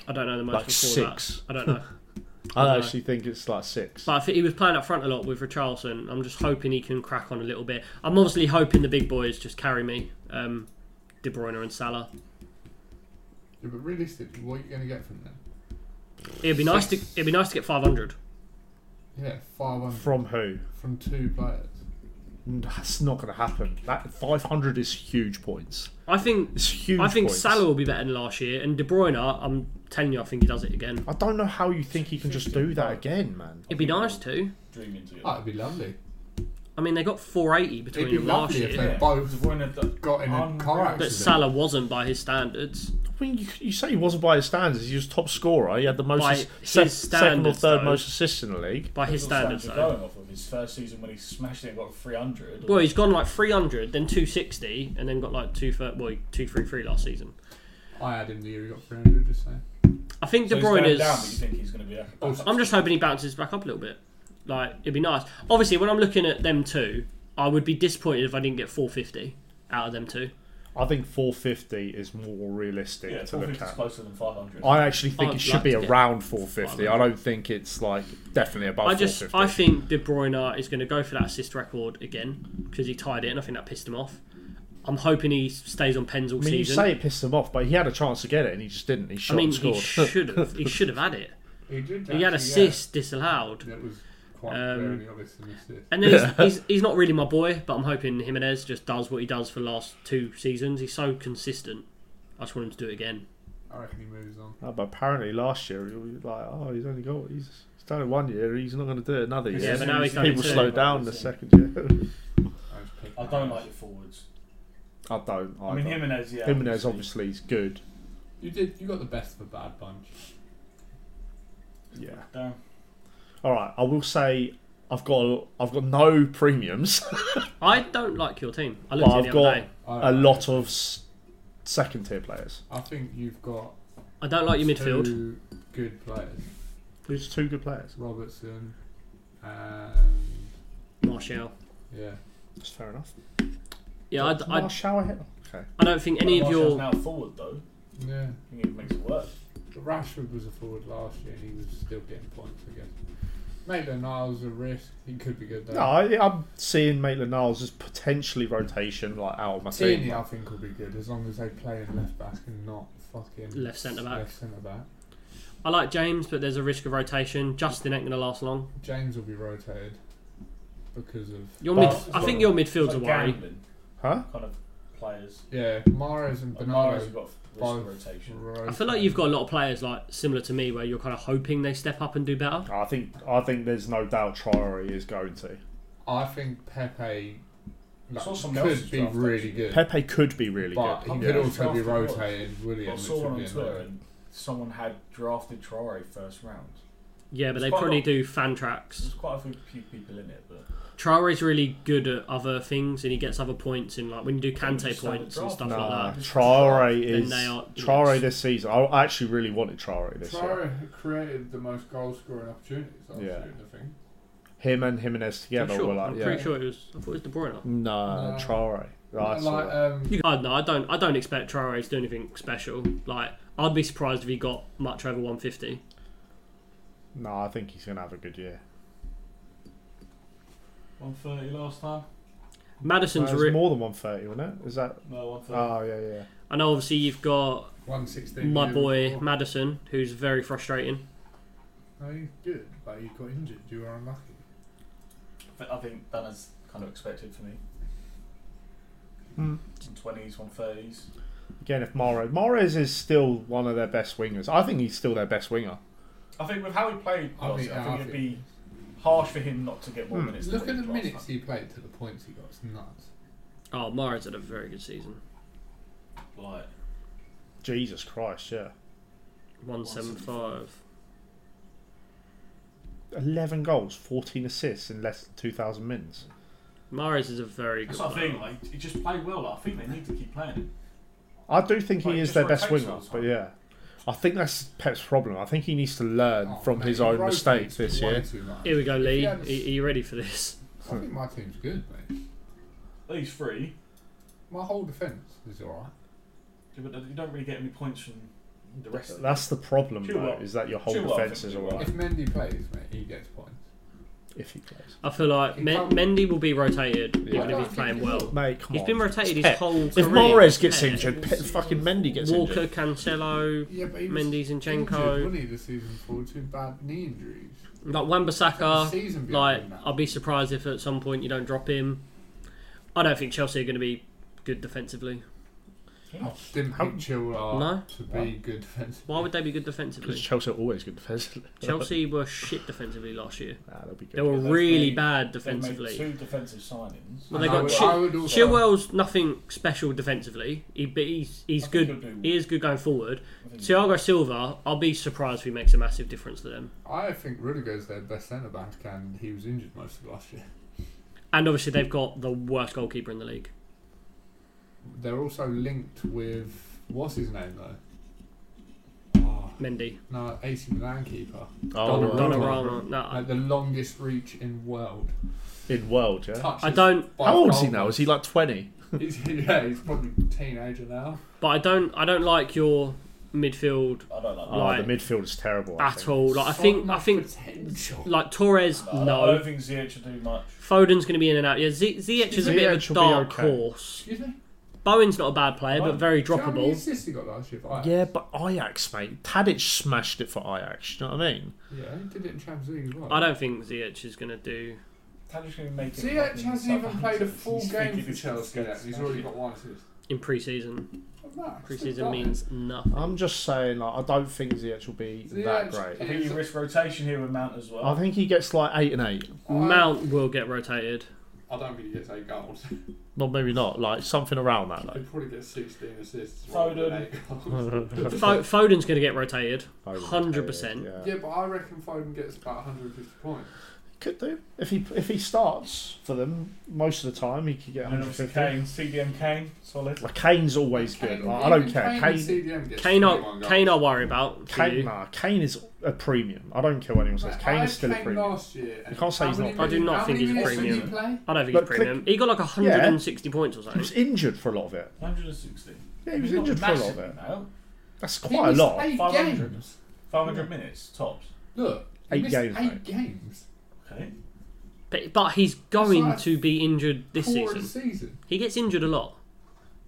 Speaker 4: I don't know the most
Speaker 3: like
Speaker 4: before
Speaker 3: six.
Speaker 4: that. I don't know.
Speaker 3: I
Speaker 4: No.
Speaker 3: actually think it's like six.
Speaker 4: But I think he was playing up front a lot with Richarlison. I'm just hoping he can crack on a little bit. I'm obviously hoping the big boys just carry me. Um, De Bruyne and Salah.
Speaker 6: Yeah, but realistically, what are you going to get from them?
Speaker 4: It'd be nice to it'd be nice to get 500.
Speaker 6: Yeah, 500 from,
Speaker 3: From who? Mm,
Speaker 6: two players.
Speaker 3: That's not going to happen. That 500 is huge points.
Speaker 4: I think
Speaker 3: It's huge.
Speaker 4: I think
Speaker 3: points.
Speaker 4: Salah will be better than last year, and De Bruyne. I'm telling you, I think he does it again.
Speaker 3: I don't know how you think he can just do that again, man.
Speaker 4: It'd be nice to.
Speaker 5: dreaming to
Speaker 6: Oh, it'd be lovely.
Speaker 4: I mean, they got 480
Speaker 6: It'd
Speaker 4: between
Speaker 6: be
Speaker 4: them last
Speaker 6: lovely
Speaker 4: year.
Speaker 6: if they both got in a
Speaker 5: Unreal.
Speaker 6: car accident.
Speaker 4: But Salah wasn't by his standards.
Speaker 3: I mean, you, you say he wasn't by his standards. He was top scorer. He had the most
Speaker 4: By
Speaker 3: ass-
Speaker 4: his
Speaker 3: se- second or
Speaker 4: standards,
Speaker 3: third
Speaker 4: though.
Speaker 3: most assists in the league.
Speaker 4: By his standards, though.
Speaker 5: going off of his first season when he smashed it and got 300.
Speaker 4: Well, he's gone like 300, then 260, and then got like two, thir- well, 233 last season.
Speaker 6: I had him the year he got 300, just saying.
Speaker 4: I think
Speaker 5: so
Speaker 4: De
Speaker 5: he's going
Speaker 4: Bruyne is.
Speaker 5: down, but you think he's going to be like,
Speaker 3: Oh,
Speaker 6: Also,
Speaker 4: I'm just hoping he bounces back up a little bit. Like, it'd be nice. Obviously, when I'm looking at them two, I would be disappointed if I didn't get 450 out of them two.
Speaker 3: I think 450 is more realistic
Speaker 5: yeah,
Speaker 3: to look
Speaker 5: 450 is
Speaker 3: at.
Speaker 5: closer than 500.
Speaker 3: I actually think
Speaker 4: I'd
Speaker 3: it should
Speaker 4: like
Speaker 3: be
Speaker 4: to get
Speaker 3: around 450. I don't think it's like definitely above
Speaker 4: I just,
Speaker 3: 450.
Speaker 4: I think De Bruyne is going to go for that assist record again because he tied it, and I think that pissed him off. I'm hoping he stays on pens all
Speaker 3: I mean, you
Speaker 4: season.
Speaker 3: say it pissed him off, but he had a chance to get it and he just didn't. He shot
Speaker 4: I mean,
Speaker 3: and scored.
Speaker 4: he should have. He should have had it.
Speaker 6: he did
Speaker 4: He had
Speaker 6: actually,
Speaker 4: assists disallowed.
Speaker 6: Yeah, that was quite
Speaker 4: Um,
Speaker 6: very obvious an assist.
Speaker 4: And then he's, he's, he's not really my boy, but I'm hoping Jimenez just does what he does for the last two seasons. He's so consistent. I just want him to do it again.
Speaker 6: I reckon he moves on.
Speaker 3: No, but apparently last year, he was like, oh, he's only got, he's, he's done it one year, he's not going to do it another year.
Speaker 4: Yeah, but now he's done it
Speaker 3: People
Speaker 4: two.
Speaker 3: slow down the second year.
Speaker 6: I, was picking
Speaker 5: I don't
Speaker 6: out.
Speaker 5: like your forwards.
Speaker 3: I don't. I,
Speaker 5: I mean,
Speaker 3: don't.
Speaker 5: Jimenez, yeah.
Speaker 3: Jimenez obviously is good.
Speaker 6: You did. You got the best of a bad bunch.
Speaker 3: Yeah.
Speaker 5: Darren.
Speaker 3: All right, I will say I've got I've got no premiums,
Speaker 4: I don't like your team. I looked
Speaker 3: but
Speaker 4: at it
Speaker 3: I've
Speaker 4: the other
Speaker 3: got
Speaker 4: day.
Speaker 6: I,
Speaker 3: a lot of s- second tier players.
Speaker 6: I think you've got
Speaker 4: I don't like your midfield.
Speaker 6: two good players:
Speaker 3: There's two good players.
Speaker 6: Robertson and
Speaker 4: Martial.
Speaker 6: yeah.
Speaker 3: That's fair enough.
Speaker 4: Yeah, I, d- I-
Speaker 3: Marshall hit. Okay.
Speaker 4: I don't think any of
Speaker 5: Martial's
Speaker 4: your.
Speaker 5: now forward, though.
Speaker 6: Yeah,
Speaker 5: I think it makes it work.
Speaker 6: Rashford was a forward last year, and he was still getting points. I guess. Maitland Niles a risk. He could be good. Though.
Speaker 3: No, I, I'm seeing Maitland Niles as potentially rotation like out of my team.
Speaker 6: Tierney, I think, will be good as long as they play in left back and not fucking
Speaker 4: Left centre-back.
Speaker 6: Left centre back.
Speaker 4: I like James, but there's a risk of rotation. Justin ain't going to last long.
Speaker 6: James will be rotated because of
Speaker 4: Your
Speaker 3: But-
Speaker 4: mid, I think your midfield's a
Speaker 5: Like
Speaker 4: worry.
Speaker 5: gambling
Speaker 3: Huh?
Speaker 5: kind of players.
Speaker 6: yeah. Mares and
Speaker 5: Like Mahrez, you've
Speaker 6: Bernardo.
Speaker 5: got risk
Speaker 6: both
Speaker 5: of rotation.
Speaker 4: I feel like you've got a lot of players like similar to me, where you're kind of hoping they step up and do better.
Speaker 3: I think I think there's no doubt Traore is going to.
Speaker 6: I think Pepe like,
Speaker 5: Saw someone else's
Speaker 6: could be
Speaker 5: draft,
Speaker 6: really good,
Speaker 3: Pepe could be really
Speaker 6: but
Speaker 3: good.
Speaker 6: he
Speaker 5: Yeah.
Speaker 6: could also
Speaker 5: Draft
Speaker 6: be
Speaker 5: it was.
Speaker 6: rotated. William,
Speaker 5: I
Speaker 6: which
Speaker 5: saw
Speaker 6: would
Speaker 5: one on
Speaker 6: be
Speaker 5: Twitter,
Speaker 6: annoying.
Speaker 5: and someone had drafted Traore first round.
Speaker 4: Yeah, but
Speaker 5: It's
Speaker 4: they
Speaker 5: quite a
Speaker 4: probably
Speaker 5: lot.
Speaker 4: do fan tracks.
Speaker 5: There's quite a few few people in it, but
Speaker 4: Traore's really good at other things and he gets other points in like when you do Kante
Speaker 5: Just have a
Speaker 4: points and
Speaker 5: draft.
Speaker 4: stuff
Speaker 3: Nah,
Speaker 4: like that.
Speaker 3: Traore
Speaker 4: Then
Speaker 3: is
Speaker 4: they are-
Speaker 3: Traore this season. I I actually really wanted Traore this year.
Speaker 6: Traore created the most goal scoring opportunities. Last
Speaker 3: Yeah.
Speaker 6: year, I think.
Speaker 3: Him and Jimenez
Speaker 4: I'm,
Speaker 3: together
Speaker 4: sure,
Speaker 3: were like,
Speaker 4: I'm
Speaker 3: yeah.
Speaker 4: pretty sure it was. I thought it was De Bruyne.
Speaker 3: No,
Speaker 6: No.
Speaker 3: Traore. Right, I saw
Speaker 8: like,
Speaker 3: that.
Speaker 8: um,
Speaker 4: You, I, no, I don't. I don't expect Traore to do anything special. Like, I'd be surprised if he got much over 150.
Speaker 3: no, I think he's gonna have a good year.
Speaker 5: 130 last time?
Speaker 3: No,
Speaker 4: Madison's.
Speaker 3: it was
Speaker 4: Re-
Speaker 3: more than one thirty, wasn't it? Is that?
Speaker 5: No, 130.
Speaker 3: Oh yeah, yeah.
Speaker 4: I know. Obviously, you've got
Speaker 6: 116.
Speaker 4: my
Speaker 6: yeah,
Speaker 4: boy
Speaker 6: before.
Speaker 4: Madison, who's very frustrating.
Speaker 6: No, you good, but you got injured. You were unlucky.
Speaker 5: But I think that is kind of expected for me.
Speaker 3: Hmm.
Speaker 5: Some 20s, 130s.
Speaker 3: Again, if Mares Mares is still one of their best wingers, I think he's still their best winger.
Speaker 5: I think with how he played
Speaker 6: I
Speaker 5: last
Speaker 6: think-
Speaker 5: year, I
Speaker 6: I
Speaker 5: think it'd
Speaker 6: think-
Speaker 5: be harsh for him not to get more
Speaker 3: Hmm.
Speaker 5: minutes. than
Speaker 6: Look
Speaker 5: what
Speaker 6: at
Speaker 5: he
Speaker 6: the
Speaker 5: did last
Speaker 6: minutes
Speaker 5: time.
Speaker 6: he played to the points he got. It's nuts.
Speaker 4: Oh, Mara's had a very good season.
Speaker 5: Like,
Speaker 3: Jesus Christ, yeah.
Speaker 4: 175.
Speaker 3: 11 goals, 14 assists in less than 2,000 minutes.
Speaker 4: Mara's is a very good.
Speaker 5: that's what I
Speaker 4: player.
Speaker 5: think. Like, he just played well. Like, I think they need to keep playing him.
Speaker 3: I do think
Speaker 5: Like,
Speaker 3: he is
Speaker 5: just
Speaker 3: their
Speaker 5: rotates
Speaker 3: best winger,
Speaker 5: all the time.
Speaker 3: but yeah. I think that's Pep's problem. I think he needs to learn
Speaker 6: Oh,
Speaker 3: from
Speaker 6: mate,
Speaker 3: his
Speaker 6: he
Speaker 3: own
Speaker 6: rotates
Speaker 3: mistakes this
Speaker 6: way
Speaker 3: year.
Speaker 6: too much.
Speaker 4: Here we go,
Speaker 6: If he
Speaker 4: Lee. Are,
Speaker 6: had-
Speaker 4: are you ready for this?
Speaker 6: I think my team's good, mate.
Speaker 5: These three,
Speaker 6: My whole defence is alright.
Speaker 5: yeah, but you don't really get any points from the rest of them.
Speaker 3: That's the problem, though,
Speaker 5: Chilwell.
Speaker 3: is that your whole
Speaker 5: Chilwell, I
Speaker 3: defence
Speaker 5: think,
Speaker 3: is
Speaker 5: will be
Speaker 3: alright
Speaker 6: If Mendy plays, mate, he gets points.
Speaker 3: if he plays.
Speaker 4: I feel like
Speaker 6: He
Speaker 4: Me-
Speaker 6: can't-
Speaker 4: Mendy will be rotated
Speaker 3: Yeah.
Speaker 4: even if he's playing well.
Speaker 3: Mate, come
Speaker 4: He's
Speaker 3: on.
Speaker 4: been rotated
Speaker 3: It's
Speaker 4: his
Speaker 3: Pep.
Speaker 4: whole
Speaker 3: If
Speaker 4: career.
Speaker 3: Mares gets
Speaker 4: Pep.
Speaker 3: injured, Pep, fucking Mendy gets
Speaker 4: Walker,
Speaker 3: injured.
Speaker 4: Cancelo,
Speaker 6: Yeah, but he was
Speaker 4: Mendy,
Speaker 6: injured,
Speaker 4: Zinchenko,
Speaker 6: wasn't he, the season before two bad knee injuries.
Speaker 4: like
Speaker 6: The
Speaker 4: Wan-Bissaka.
Speaker 6: season
Speaker 4: Uh, Like,
Speaker 6: behind that.
Speaker 4: I'd be surprised if at some point you don't drop him. I don't think Chelsea are going to be good defensively.
Speaker 6: I Oh, didn't
Speaker 3: How-
Speaker 6: pick Chilwell
Speaker 4: No.
Speaker 6: to be good defence.
Speaker 4: Why would they be good
Speaker 3: Because
Speaker 4: defensively?
Speaker 3: Chelsea are always good defensively.
Speaker 4: Chelsea were shit defensively last year.
Speaker 3: Nah, they'll be
Speaker 4: They
Speaker 3: good.
Speaker 4: were
Speaker 5: they've
Speaker 4: really
Speaker 5: made-
Speaker 4: bad
Speaker 5: They've
Speaker 4: defensively.
Speaker 5: made two defensive signings.
Speaker 4: Well,
Speaker 6: And
Speaker 4: they
Speaker 6: I
Speaker 4: got
Speaker 6: would-
Speaker 4: Chi-
Speaker 6: I would also-
Speaker 4: Chilwell's nothing special defensively. He, but he's he's
Speaker 5: I think he'll
Speaker 4: good.
Speaker 5: do-
Speaker 4: He is good going forward.
Speaker 5: I think-
Speaker 4: Thiago Silva, I'll be surprised if he makes a massive difference to them.
Speaker 6: I think Rudiger's their best centre back, and he was injured most of last year.
Speaker 4: And obviously they've got the worst goalkeeper in the league.
Speaker 6: They're also linked with what's his name though? Oh,
Speaker 4: Mendy,
Speaker 6: no, AC Milan keeper.
Speaker 3: Oh,
Speaker 6: Donnarumma.
Speaker 4: Donnarumma. No, I,
Speaker 6: Like the longest reach in world.
Speaker 3: in world, yeah.
Speaker 6: Touches
Speaker 4: I don't.
Speaker 6: by
Speaker 3: How old is he
Speaker 6: goal.
Speaker 3: now? Is he like 20?
Speaker 6: He's, yeah, he's probably a teenager now.
Speaker 4: But I don't. I don't like your midfield
Speaker 5: I don't like
Speaker 3: Oh,
Speaker 5: that.
Speaker 4: Like,
Speaker 3: the midfield is terrible. I
Speaker 4: at
Speaker 3: think.
Speaker 4: all. Like I
Speaker 6: So
Speaker 4: think. I
Speaker 6: much
Speaker 4: think.
Speaker 6: potential.
Speaker 4: Like Torres,
Speaker 5: I don't- I
Speaker 4: no.
Speaker 5: don't think Ziyech will do much.
Speaker 4: Foden's going to be in and out. Yeah, Z- Ziyech is a bit
Speaker 3: Ziyech
Speaker 4: of a
Speaker 3: will be
Speaker 4: dark
Speaker 3: okay.
Speaker 4: horse.
Speaker 6: Excuse me.
Speaker 4: Bowen's not a bad player, but very
Speaker 6: Do you know How many
Speaker 4: droppable.
Speaker 6: assists he got last year? for Ajax?
Speaker 3: Yeah, but Ajax, mate. Tadic smashed it for Ajax. You know what I mean?
Speaker 6: Yeah, he did it in Champions League as well.
Speaker 4: I don't think Ziyech is going to do
Speaker 5: Tadic's going to make it.
Speaker 6: Ziyech
Speaker 5: fucking
Speaker 6: hasn't even
Speaker 5: Southampton.
Speaker 6: played a full
Speaker 5: He's
Speaker 6: game
Speaker 5: thinking
Speaker 6: for
Speaker 5: it's-
Speaker 6: Chelsea yet. and He's already got one assist.
Speaker 4: in pre-season.
Speaker 6: Oh, no, he's
Speaker 4: Pre-season
Speaker 6: done it.
Speaker 4: means nothing.
Speaker 3: I'm just saying, like, I don't think Ziyech will be that
Speaker 6: Ziyech-
Speaker 5: I
Speaker 3: great.
Speaker 5: think you risk rotation here with Mount as well.
Speaker 3: I think he gets like eight and eight.
Speaker 4: Mount will get rotated.
Speaker 6: I don't think he gets eight goals.
Speaker 3: Well, maybe not. Like something around that,
Speaker 6: He
Speaker 3: like.
Speaker 6: probably gets 16 assists.
Speaker 5: Foden.
Speaker 6: rather than eight goals.
Speaker 4: Fo- Foden's going to get rotated.
Speaker 3: Foden,
Speaker 4: 100%.
Speaker 3: yeah.
Speaker 6: yeah, but I reckon Foden gets about 150 points.
Speaker 3: Could do if he if he starts for them most of the time. He could get
Speaker 5: and then obviously
Speaker 3: 150.
Speaker 5: Kane, CDM Kane, solid.
Speaker 3: Like, Kane's always good. Like, I don't
Speaker 6: Kane-
Speaker 3: care.
Speaker 6: Kane,
Speaker 3: Kane,
Speaker 6: CDM gets
Speaker 4: Kane, I,
Speaker 6: 21 goals.
Speaker 4: Kane, I worry about. for
Speaker 3: Kane,
Speaker 4: you.
Speaker 3: nah, Kane is a premium. I don't care what anyone says.
Speaker 6: Like,
Speaker 3: Kane
Speaker 6: I
Speaker 3: is still a
Speaker 6: Kane
Speaker 3: premium.
Speaker 6: Last year, and
Speaker 3: can't say
Speaker 6: how
Speaker 3: he's
Speaker 6: many
Speaker 3: not.
Speaker 4: I do
Speaker 6: minutes-
Speaker 4: not
Speaker 6: how
Speaker 4: think
Speaker 6: many
Speaker 4: he's a
Speaker 6: minutes did he
Speaker 4: premium.
Speaker 6: play?
Speaker 4: I don't think
Speaker 3: But
Speaker 4: he's premium. He got like 160 points or
Speaker 3: He was
Speaker 4: something.
Speaker 3: injured for a lot of it.
Speaker 5: 160.
Speaker 3: Yeah, he was
Speaker 5: He's not
Speaker 3: injured for a lot of
Speaker 5: massive
Speaker 3: it.
Speaker 5: now.
Speaker 3: That's
Speaker 6: He
Speaker 3: quite a
Speaker 6: missed
Speaker 3: lot.
Speaker 6: Eight
Speaker 5: 500.
Speaker 6: games.
Speaker 5: 500 minutes, tops.
Speaker 6: Look, he
Speaker 3: Eight
Speaker 6: missed
Speaker 3: games,
Speaker 6: Eight
Speaker 3: mate.
Speaker 6: games.
Speaker 5: Okay.
Speaker 4: But, but he's going
Speaker 6: That's like
Speaker 4: to be injured this
Speaker 6: Four
Speaker 4: season.
Speaker 6: a season.
Speaker 4: He gets injured a lot.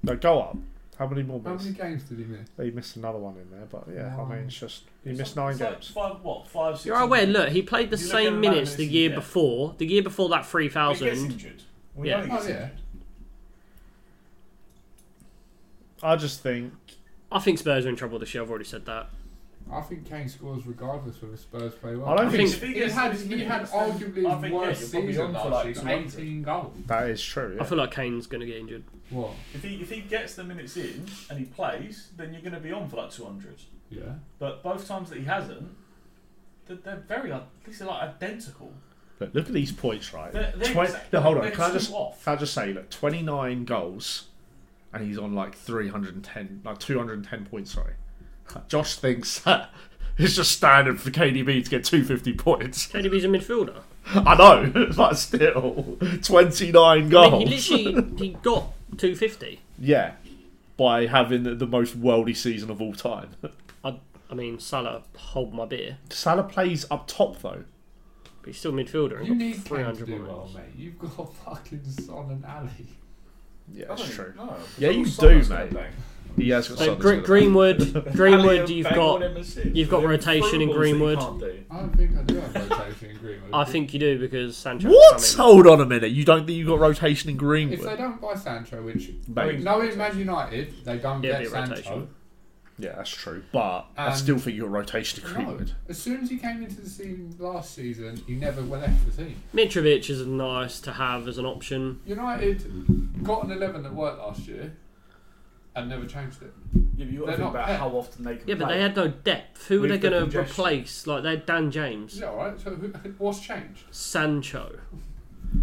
Speaker 3: No, go up. How many more
Speaker 6: How
Speaker 3: minutes?
Speaker 6: many games did he miss?
Speaker 3: He missed another one in there, but yeah, I
Speaker 6: Nine.
Speaker 3: mean, it's just he missed nine
Speaker 5: It's like
Speaker 3: games.
Speaker 5: Five, what, five, six?
Speaker 4: You're aware, look, he played the
Speaker 5: You look at the
Speaker 4: same minutes
Speaker 5: lineup,
Speaker 4: the
Speaker 5: it's-
Speaker 4: year
Speaker 5: yeah.
Speaker 4: before. The year before that
Speaker 5: He gets
Speaker 4: 3,000.
Speaker 5: injured. We
Speaker 4: Yeah.
Speaker 5: know he gets
Speaker 6: Oh, yeah.
Speaker 5: injured.
Speaker 3: I just think
Speaker 4: I think Spurs are in trouble this year. I've already said that.
Speaker 6: I think Kane scores regardless whether Spurs play well.
Speaker 3: I don't
Speaker 4: I
Speaker 3: think,
Speaker 4: think-
Speaker 5: If he
Speaker 6: He
Speaker 5: gets
Speaker 6: had,
Speaker 5: his
Speaker 6: he had
Speaker 5: minutes, then I
Speaker 6: arguably his
Speaker 5: think, yeah, you're
Speaker 6: worst
Speaker 5: probably
Speaker 6: season
Speaker 5: on for
Speaker 6: last
Speaker 5: like
Speaker 6: year.
Speaker 5: 200.
Speaker 6: 18 goals.
Speaker 3: that is true.
Speaker 4: I
Speaker 3: Yeah.
Speaker 4: feel like Kane's going to get injured.
Speaker 6: What?
Speaker 5: If he, if he gets the minutes in and he plays, then you're going to be on for like 200.
Speaker 6: Yeah.
Speaker 5: But both times that he hasn't, they're, they're very, at least they're like identical.
Speaker 3: Look, look at these points, right?
Speaker 5: They're- they're
Speaker 3: Twen-
Speaker 5: exact-
Speaker 3: no, hold on.
Speaker 5: they're
Speaker 3: Can I
Speaker 5: two
Speaker 3: just
Speaker 5: off.
Speaker 3: can I just say, look, twenty nine goals, and he's on like three hundred and ten, like two hundred and ten points. Sorry, Josh thinks that it's just standard for KDB to get two fifty points.
Speaker 4: KDB's a midfielder.
Speaker 3: I know, but still, twenty nine
Speaker 4: I
Speaker 3: goals.
Speaker 4: mean, he literally he got two fifty.
Speaker 3: Yeah, by having the, the most worldy season of all time.
Speaker 4: I I mean Salah hold my beer,
Speaker 3: Salah plays up top though.
Speaker 4: but he's still a midfielder and
Speaker 6: You
Speaker 4: got
Speaker 6: need
Speaker 4: three
Speaker 6: Kane to
Speaker 4: hundred
Speaker 6: do well,
Speaker 4: points.
Speaker 6: mate. You've got fucking Son and Ali.
Speaker 3: Yeah, that's true. Oh,
Speaker 5: No,
Speaker 3: Yeah, you do,
Speaker 5: Salah's gonna
Speaker 3: mate.
Speaker 5: bang.
Speaker 3: He has got
Speaker 4: So
Speaker 3: Salah's
Speaker 4: Gre-
Speaker 3: gonna-
Speaker 4: Greenwood, Greenwood,
Speaker 5: Ali
Speaker 4: you've
Speaker 5: bang
Speaker 4: got
Speaker 5: all them assists.
Speaker 4: you've got
Speaker 5: Them
Speaker 4: rotation in
Speaker 5: through balls that you
Speaker 4: Greenwood.
Speaker 5: can't do.
Speaker 6: I don't think I do have rotation agreement.
Speaker 4: I think you do because Sancho.
Speaker 3: What?
Speaker 4: Coming.
Speaker 3: Hold on a minute. You don't think you got rotation in
Speaker 6: If they
Speaker 3: Greenwood?
Speaker 6: don't buy Sancho, which
Speaker 3: Mate.
Speaker 6: knowing Man United, they don't
Speaker 4: Yeah,
Speaker 6: get
Speaker 4: it'd be
Speaker 6: Sancho.
Speaker 4: rotation.
Speaker 3: Yeah, that's true. But I
Speaker 6: Um,
Speaker 3: still think you got rotation in
Speaker 6: No.
Speaker 3: Greenwood.
Speaker 6: As soon as he came into the team last season, he never left the team.
Speaker 4: Mitrovic is nice to have as an option.
Speaker 6: United got an eleven that worked last year, and never changed it.
Speaker 5: Yeah, but you got to
Speaker 6: They're
Speaker 5: think
Speaker 6: not
Speaker 5: about
Speaker 6: pep.
Speaker 5: how often they can
Speaker 4: Yeah, but
Speaker 5: play.
Speaker 4: they had no depth. Who were they
Speaker 5: With the
Speaker 4: going to
Speaker 5: congestion.
Speaker 4: replace? Like they're Dan James,
Speaker 6: Yeah, all right. So who, what's changed?
Speaker 4: Sancho.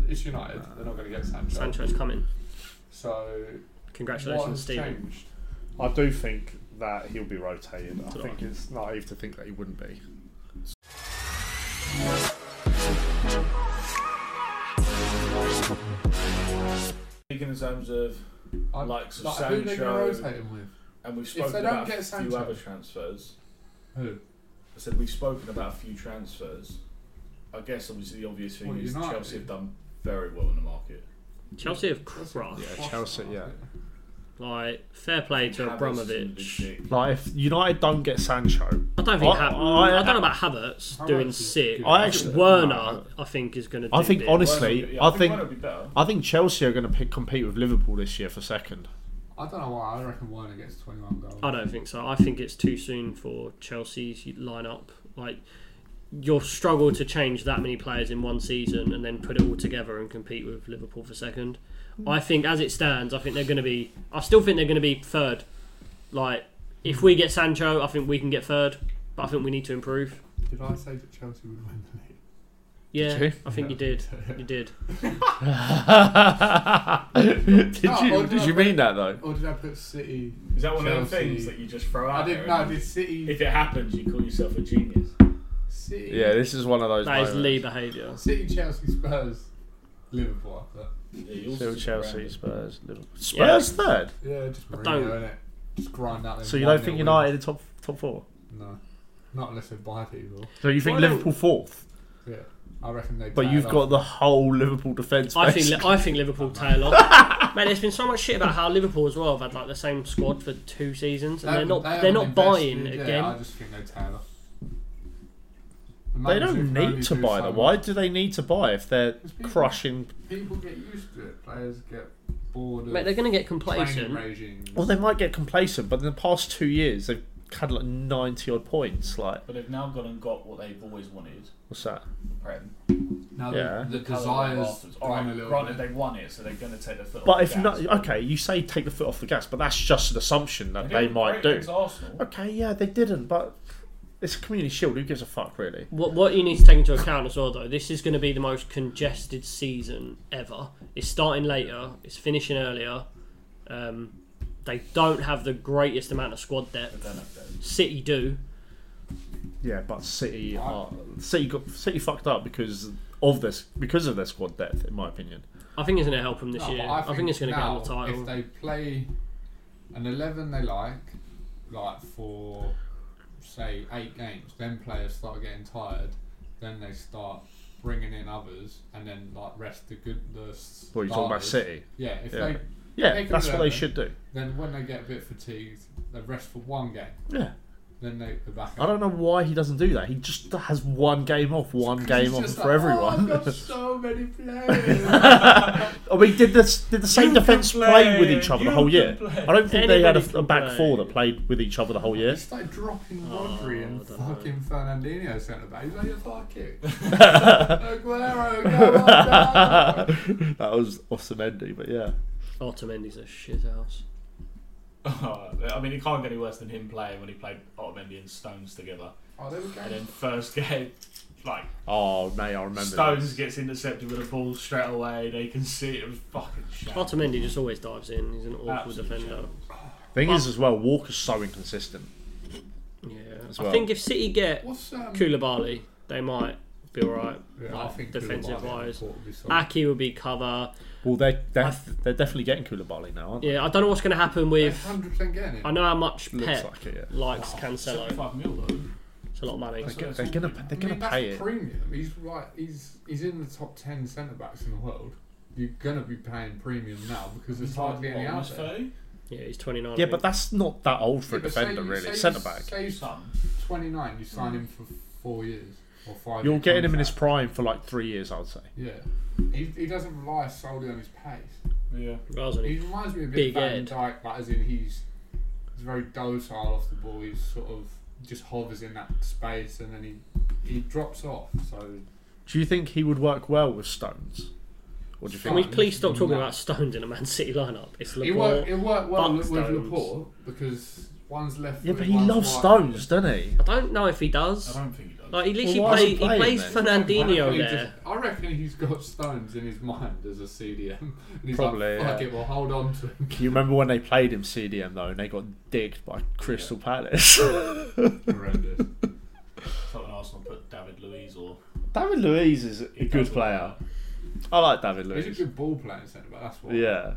Speaker 6: It's United. They're not going to get Sancho.
Speaker 4: Sancho's coming.
Speaker 6: So what
Speaker 4: Congratulations,
Speaker 6: has
Speaker 4: Stephen.
Speaker 6: changed?
Speaker 3: I do think that he'll be rotated. I think it's naive to think that he wouldn't be.
Speaker 5: Speaking in terms of
Speaker 6: I-
Speaker 5: Likes of
Speaker 6: like, who they going to
Speaker 5: Sancho.
Speaker 6: rotate him with?
Speaker 5: And we've spoken
Speaker 6: they don't
Speaker 5: about
Speaker 6: get
Speaker 5: a few
Speaker 6: Sancho-
Speaker 5: other transfers.
Speaker 6: Who?
Speaker 5: I said we've spoken about a few transfers. I guess obviously the obvious thing
Speaker 6: Well,
Speaker 5: is
Speaker 6: United.
Speaker 5: Chelsea have done very well in the market.
Speaker 4: Chelsea have crushed.
Speaker 3: Chelsea, yeah.
Speaker 4: Like fair play to
Speaker 5: Havertz has been
Speaker 4: Abramovich.
Speaker 5: big.
Speaker 3: Like if United don't get Sancho,
Speaker 4: I don't think.
Speaker 3: I-
Speaker 4: Ha-
Speaker 3: I-
Speaker 4: I, don't know about Havertz doing
Speaker 6: is
Speaker 4: six.
Speaker 6: good.
Speaker 3: I actually-
Speaker 4: Werner, I think, is going to.
Speaker 3: I think honestly,
Speaker 5: Werner- yeah,
Speaker 3: I think
Speaker 5: Werner would be better.
Speaker 3: I think Chelsea are going to pick, compete with Liverpool this year for second.
Speaker 6: I don't know why. I reckon Werner gets 21 goals.
Speaker 4: I don't think so. I think it's too soon for Chelsea's lineup. Like you'll struggle to change that many players in one season and then put it all together and compete with Liverpool for second. I think as it stands, I think they're going to be. I still think they're going to be third. Like if we get Sancho, I think we can get third, but I think we need to improve.
Speaker 6: Did I say that Chelsea would win the league?
Speaker 4: Yeah,
Speaker 3: Did you?
Speaker 4: I think you did. You did.
Speaker 3: did
Speaker 6: No,
Speaker 3: you
Speaker 6: or
Speaker 3: did
Speaker 6: do
Speaker 3: you
Speaker 6: I
Speaker 3: mean that though?
Speaker 6: Or did I put City?
Speaker 5: Is that one of the
Speaker 6: Chelsea-
Speaker 5: things that you just throw out?
Speaker 6: I did.
Speaker 5: there
Speaker 6: No, I
Speaker 5: and
Speaker 6: did City.
Speaker 5: If it happens, you call yourself a genius.
Speaker 6: City.
Speaker 3: Yeah, this is one of those.
Speaker 4: That is
Speaker 3: moments.
Speaker 4: Lee behaviour.
Speaker 6: City, Chelsea, Spurs, Liverpool. I thought.
Speaker 5: Yeah, you also
Speaker 3: Still
Speaker 5: just
Speaker 3: Chelsea,
Speaker 5: random.
Speaker 3: Spurs, Liverpool.
Speaker 4: Yeah.
Speaker 3: Spurs third.
Speaker 6: Yeah, just
Speaker 4: I
Speaker 6: Mourinho,
Speaker 4: don't-
Speaker 6: innit? Just grind out them
Speaker 3: So you don't
Speaker 6: 1-0
Speaker 3: think
Speaker 6: wins.
Speaker 3: United are top top four?
Speaker 6: No, not unless they buy people.
Speaker 3: So you think
Speaker 5: Why don't-
Speaker 3: Liverpool fourth?
Speaker 6: Yeah, I reckon they.
Speaker 3: But
Speaker 6: tail
Speaker 3: you've
Speaker 6: off.
Speaker 3: got the whole Liverpool defence.
Speaker 4: I
Speaker 3: basically.
Speaker 4: think I think Liverpool tail off. Man, there's been so much shit about how Liverpool as well have had like the same squad for two seasons and
Speaker 6: They
Speaker 4: they're not
Speaker 6: haven't- they
Speaker 4: they're not
Speaker 6: haven't
Speaker 4: buying
Speaker 6: invested, yeah,
Speaker 4: again.
Speaker 6: I just think they tail off.
Speaker 3: They
Speaker 6: The managers
Speaker 3: don't
Speaker 6: can only
Speaker 3: need to
Speaker 6: do
Speaker 3: buy
Speaker 6: so
Speaker 3: them.
Speaker 6: much.
Speaker 3: Why do they need to buy if they're
Speaker 6: people.
Speaker 3: crushing?
Speaker 6: People get used to it. Players get bored of
Speaker 4: Mate, they're going to get
Speaker 6: training
Speaker 4: complacent.
Speaker 6: regimes.
Speaker 3: Well, they might get complacent, but in the past two years, they've had like ninety odd points. Like,
Speaker 5: But they've now gone and got what they've always wanted.
Speaker 3: what's that?
Speaker 5: the Prem.
Speaker 6: Now
Speaker 3: Yeah.
Speaker 6: the, the
Speaker 5: Colour
Speaker 6: desires
Speaker 5: afterwards. All
Speaker 6: gone
Speaker 5: right,
Speaker 6: a little
Speaker 5: granted
Speaker 6: bit.
Speaker 5: they won it, so they're going to take the foot.
Speaker 3: But
Speaker 5: off
Speaker 3: if
Speaker 5: the
Speaker 3: not,
Speaker 5: gas.
Speaker 3: okay, you say take the foot off the gas, but that's just an assumption that they
Speaker 5: did
Speaker 3: might
Speaker 5: great
Speaker 3: do.
Speaker 5: against Arsenal.
Speaker 3: Okay, yeah, they didn't, but it's a community shield. Who gives a fuck, really?
Speaker 4: What, what you need to take into account as well, though, this is going to be the most congested season ever. It's starting later, it's finishing earlier. Um, they don't have the greatest amount of
Speaker 5: But
Speaker 4: squad depth.
Speaker 5: then if they-
Speaker 4: City do.
Speaker 3: Yeah, but City, are, City got City fucked up because of this, because of their squad depth, in my opinion.
Speaker 4: I think it's going to help them this
Speaker 6: No,
Speaker 4: year.
Speaker 6: but
Speaker 4: I think, it's going to
Speaker 6: now,
Speaker 4: get the title.
Speaker 6: If they play an 11 they like, like for, say, eight games, then players start getting tired, then they start bringing in others, and then, like, rest the good. The
Speaker 3: Well, you're talking about
Speaker 6: starters.
Speaker 3: City.
Speaker 6: Yeah, if
Speaker 3: Yeah.
Speaker 6: they.
Speaker 3: Yeah,
Speaker 6: They can
Speaker 3: that's
Speaker 6: do
Speaker 3: what
Speaker 6: that
Speaker 3: they
Speaker 6: then.
Speaker 3: should do.
Speaker 6: Then when they get a bit fatigued, they rest for one game.
Speaker 3: Yeah.
Speaker 6: Then they go back
Speaker 3: I
Speaker 6: up.
Speaker 3: don't know why he doesn't do that. He just has one game off, one game
Speaker 6: It's
Speaker 3: on
Speaker 6: just
Speaker 3: for
Speaker 6: like,
Speaker 3: everyone.
Speaker 6: Oh, I've got so many players.
Speaker 3: I mean, did this did the same defense play, with each other the whole year? I don't think they had
Speaker 4: Anybody
Speaker 3: a,
Speaker 4: can
Speaker 3: a back
Speaker 4: play.
Speaker 3: four that played with each other the whole year.
Speaker 6: It's like dropping
Speaker 4: Oh,
Speaker 6: Rodri and fucking Fernandinho centre back. He's like, fuck you.
Speaker 3: Oh,
Speaker 6: Aguero, go on, go.
Speaker 3: that was awesome ending, but yeah.
Speaker 4: Otamendi's a shit house.
Speaker 5: I mean, it can't get any worse than him playing when he played Otamendi and Stones together.
Speaker 6: Oh, there we
Speaker 5: And
Speaker 6: go.
Speaker 5: then first game, like
Speaker 3: Oh, mate, I remember.
Speaker 5: Stones gets intercepted with a ball straight away. They can see it was fucking shit.
Speaker 4: Otamendi just always dives in. He's an awful
Speaker 5: Absolute
Speaker 4: defender.
Speaker 3: Thing is, as well, Walker's so inconsistent.
Speaker 4: Yeah.
Speaker 3: well.
Speaker 4: I think if City get
Speaker 6: What's um,
Speaker 4: Koulibaly, they might be alright.
Speaker 6: Yeah,
Speaker 4: Like, defensive wise.
Speaker 6: Laporte would be solid.
Speaker 4: Aki will be cover.
Speaker 3: Well, they
Speaker 4: I
Speaker 3: they're,
Speaker 4: th-
Speaker 3: they're definitely getting Koulibaly now, aren't they?
Speaker 4: Yeah, I don't know what's going to happen with.
Speaker 6: hundred percent getting it.
Speaker 4: I know how much Pep
Speaker 3: Looks like it. Yeah.
Speaker 4: likes Cancelo.
Speaker 5: Five mil though.
Speaker 4: It's a lot of money.
Speaker 3: They're, go- they're gonna they're
Speaker 6: I mean,
Speaker 3: gonna
Speaker 6: that's
Speaker 3: pay it.
Speaker 6: premium. He's right. He's he's in the top ten centre backs in the world. You're gonna be paying premium now because there's hardly any out
Speaker 5: Almost
Speaker 6: there.
Speaker 5: thirty.
Speaker 4: Yeah, he's 29.
Speaker 3: Yeah, but that's not that old for
Speaker 6: Yeah,
Speaker 3: a
Speaker 6: but say
Speaker 3: defender,
Speaker 6: you- say
Speaker 3: really.
Speaker 6: you-
Speaker 3: Centre back.
Speaker 6: Say you
Speaker 5: Some.
Speaker 6: 29, you sign him for four years or five.
Speaker 3: You're
Speaker 6: year
Speaker 3: getting him in his
Speaker 6: contract.
Speaker 3: prime for like three years, I would say.
Speaker 6: Yeah, he, he doesn't rely solely on his pace.
Speaker 5: Yeah.
Speaker 4: Rasmus,
Speaker 6: He reminds me a bit
Speaker 4: Big
Speaker 6: of
Speaker 4: Ed.
Speaker 6: Van Dyke, but as in he's he's very docile off the ball. He's sort of just hovers in that space and then he he drops off. So
Speaker 3: Do you think he would work well with Stones? What do you
Speaker 4: Can
Speaker 3: think?
Speaker 4: we
Speaker 6: fine.
Speaker 4: please stop talking
Speaker 6: No.
Speaker 4: about Stones in a Man City lineup? It's
Speaker 6: it worked
Speaker 4: Laporte.
Speaker 6: it worked well
Speaker 4: Buck
Speaker 6: with, with
Speaker 4: Stones.
Speaker 6: Laporte because one's left.
Speaker 3: Yeah,
Speaker 6: foot,
Speaker 3: but he
Speaker 6: one's
Speaker 3: loves
Speaker 6: right.
Speaker 3: Stones, doesn't he?
Speaker 4: I don't know if he
Speaker 5: I
Speaker 4: does.
Speaker 5: don't think he does.
Speaker 4: Like he literally
Speaker 3: why is he
Speaker 4: play,
Speaker 3: playing
Speaker 4: he plays
Speaker 3: then?
Speaker 4: Fernandinho
Speaker 6: He
Speaker 4: there.
Speaker 6: just- I reckon he's got Stones in his mind as a CDM, and he's
Speaker 3: Probably,
Speaker 6: like, "Fuck
Speaker 3: yeah.
Speaker 6: it, well hold on to him."
Speaker 3: You remember when they played him CDM though, and they got digged by Crystal Palace.
Speaker 6: Horrendous.
Speaker 5: It's like when Arsenal put David Luiz or
Speaker 3: David Luiz is a good
Speaker 5: does
Speaker 3: player. I like David
Speaker 6: He's a
Speaker 3: Luiz.
Speaker 6: good ball playing centre back. That's why.
Speaker 3: Yeah,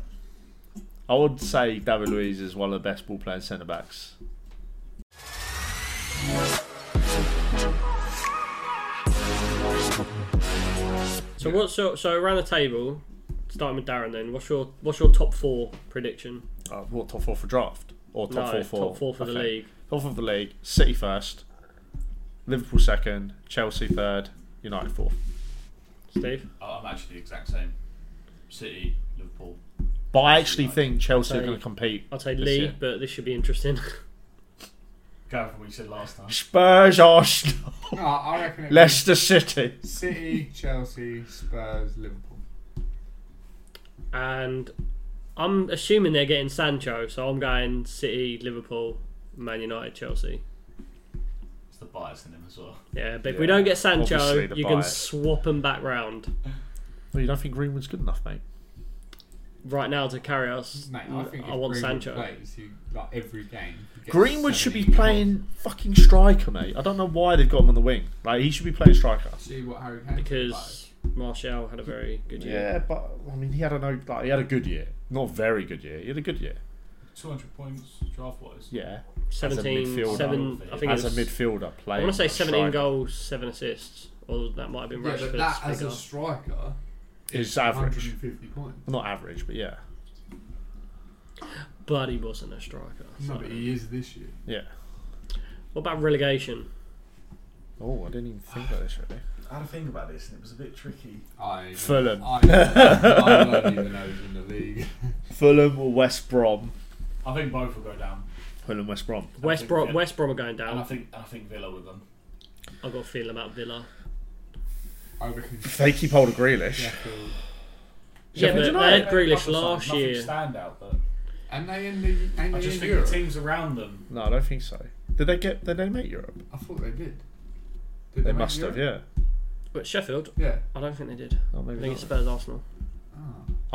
Speaker 3: I would say David Luiz is one of the best ball playing centre backs.
Speaker 4: So what's your, so around the table, starting with Darren then, what's your what's your top four prediction?
Speaker 3: Uh, what top four for draft or top
Speaker 4: no,
Speaker 3: four for
Speaker 4: top four for the
Speaker 3: okay.
Speaker 4: league.
Speaker 3: Top four for the league. City first, Liverpool second, Chelsea third, United fourth.
Speaker 4: Steve?
Speaker 5: Oh, I'm actually the exact same. City, Liverpool.
Speaker 3: But I actually think Chelsea are
Speaker 4: Say-
Speaker 3: going to compete.
Speaker 4: I'd say
Speaker 3: This
Speaker 4: league,
Speaker 3: year.
Speaker 4: but this should be interesting.
Speaker 5: Go from what you said last time.
Speaker 3: Spurs, Arsenal,
Speaker 6: No, I reckon it was
Speaker 3: Leicester City.
Speaker 6: City, Chelsea, Spurs, Liverpool.
Speaker 4: and I'm assuming they're getting Sancho, so I'm going City, Liverpool, Man United, Chelsea.
Speaker 5: It's the bias in him as well.
Speaker 4: Yeah, but if
Speaker 3: Yeah,
Speaker 4: we don't get Sancho,
Speaker 3: obviously the
Speaker 4: you can
Speaker 3: bias.
Speaker 4: swap them back round
Speaker 3: Well, you don't think Greenwood's good enough, mate?
Speaker 4: right now to carry us.
Speaker 6: Mate, I think if
Speaker 4: want
Speaker 6: Greenwood
Speaker 4: Sancho.
Speaker 6: plays you, like every game. you get
Speaker 3: Greenwood should be
Speaker 6: 70
Speaker 3: playing fucking striker, mate. I don't know why they've got him on the wing. Like he should be playing striker.
Speaker 6: See what Harry Kane
Speaker 4: because Martial had a very good year.
Speaker 3: Yeah, but I mean, he had a no, like, he had a good year, not a very good year. He had a good year.
Speaker 5: 200 points draft wise.
Speaker 3: Yeah,
Speaker 4: 17,
Speaker 3: midfielder.
Speaker 4: seven, I think
Speaker 3: as
Speaker 4: it was-
Speaker 3: a midfielder
Speaker 4: I
Speaker 3: player.
Speaker 4: want to say 17 goals, 7 assists, or that might have been
Speaker 6: Yeah, but
Speaker 4: Rashford's
Speaker 6: that as
Speaker 4: figure.
Speaker 6: a striker,
Speaker 3: is average,
Speaker 6: 150 points.
Speaker 3: not average, but yeah,
Speaker 4: But he wasn't a striker.
Speaker 6: No,
Speaker 4: so-
Speaker 6: but he is this year.
Speaker 3: yeah.
Speaker 4: What about relegation?
Speaker 3: Oh, I didn't even think about this really.
Speaker 5: I had a think about this and it was a bit tricky.
Speaker 6: I
Speaker 3: Fulham.
Speaker 6: I, I don't even know who's in the league.
Speaker 3: Fulham or West Brom?
Speaker 5: I think both will go down.
Speaker 3: Fulham, West Brom.
Speaker 4: West
Speaker 5: think
Speaker 4: Brom,
Speaker 5: Villa-
Speaker 4: West Brom are going
Speaker 5: And I
Speaker 4: down.
Speaker 5: think and I think Villa with them.
Speaker 4: I've got a feeling about Villa.
Speaker 6: I reckon
Speaker 3: If they keep hold of Grealish,
Speaker 6: Sheffield.
Speaker 4: Yeah,
Speaker 3: Sheffield
Speaker 4: but they
Speaker 3: United.
Speaker 4: had Grealish
Speaker 5: Couple of
Speaker 4: last
Speaker 5: nothing
Speaker 4: year.
Speaker 5: standout, but
Speaker 6: And they in the and
Speaker 5: I
Speaker 6: they
Speaker 5: just
Speaker 6: in
Speaker 5: think
Speaker 6: Europe.
Speaker 5: the teams around them.
Speaker 3: no, I don't think so. Did they get? Did they make Europe?
Speaker 6: I thought they did. Did
Speaker 3: They,
Speaker 6: make
Speaker 3: must have,
Speaker 6: Europe?
Speaker 3: yeah.
Speaker 4: But Sheffield,
Speaker 6: Yeah. Ah.
Speaker 4: I don't think they did.
Speaker 3: Oh,
Speaker 4: I
Speaker 3: maybe
Speaker 4: think it's
Speaker 3: not.
Speaker 4: Spurs Arsenal.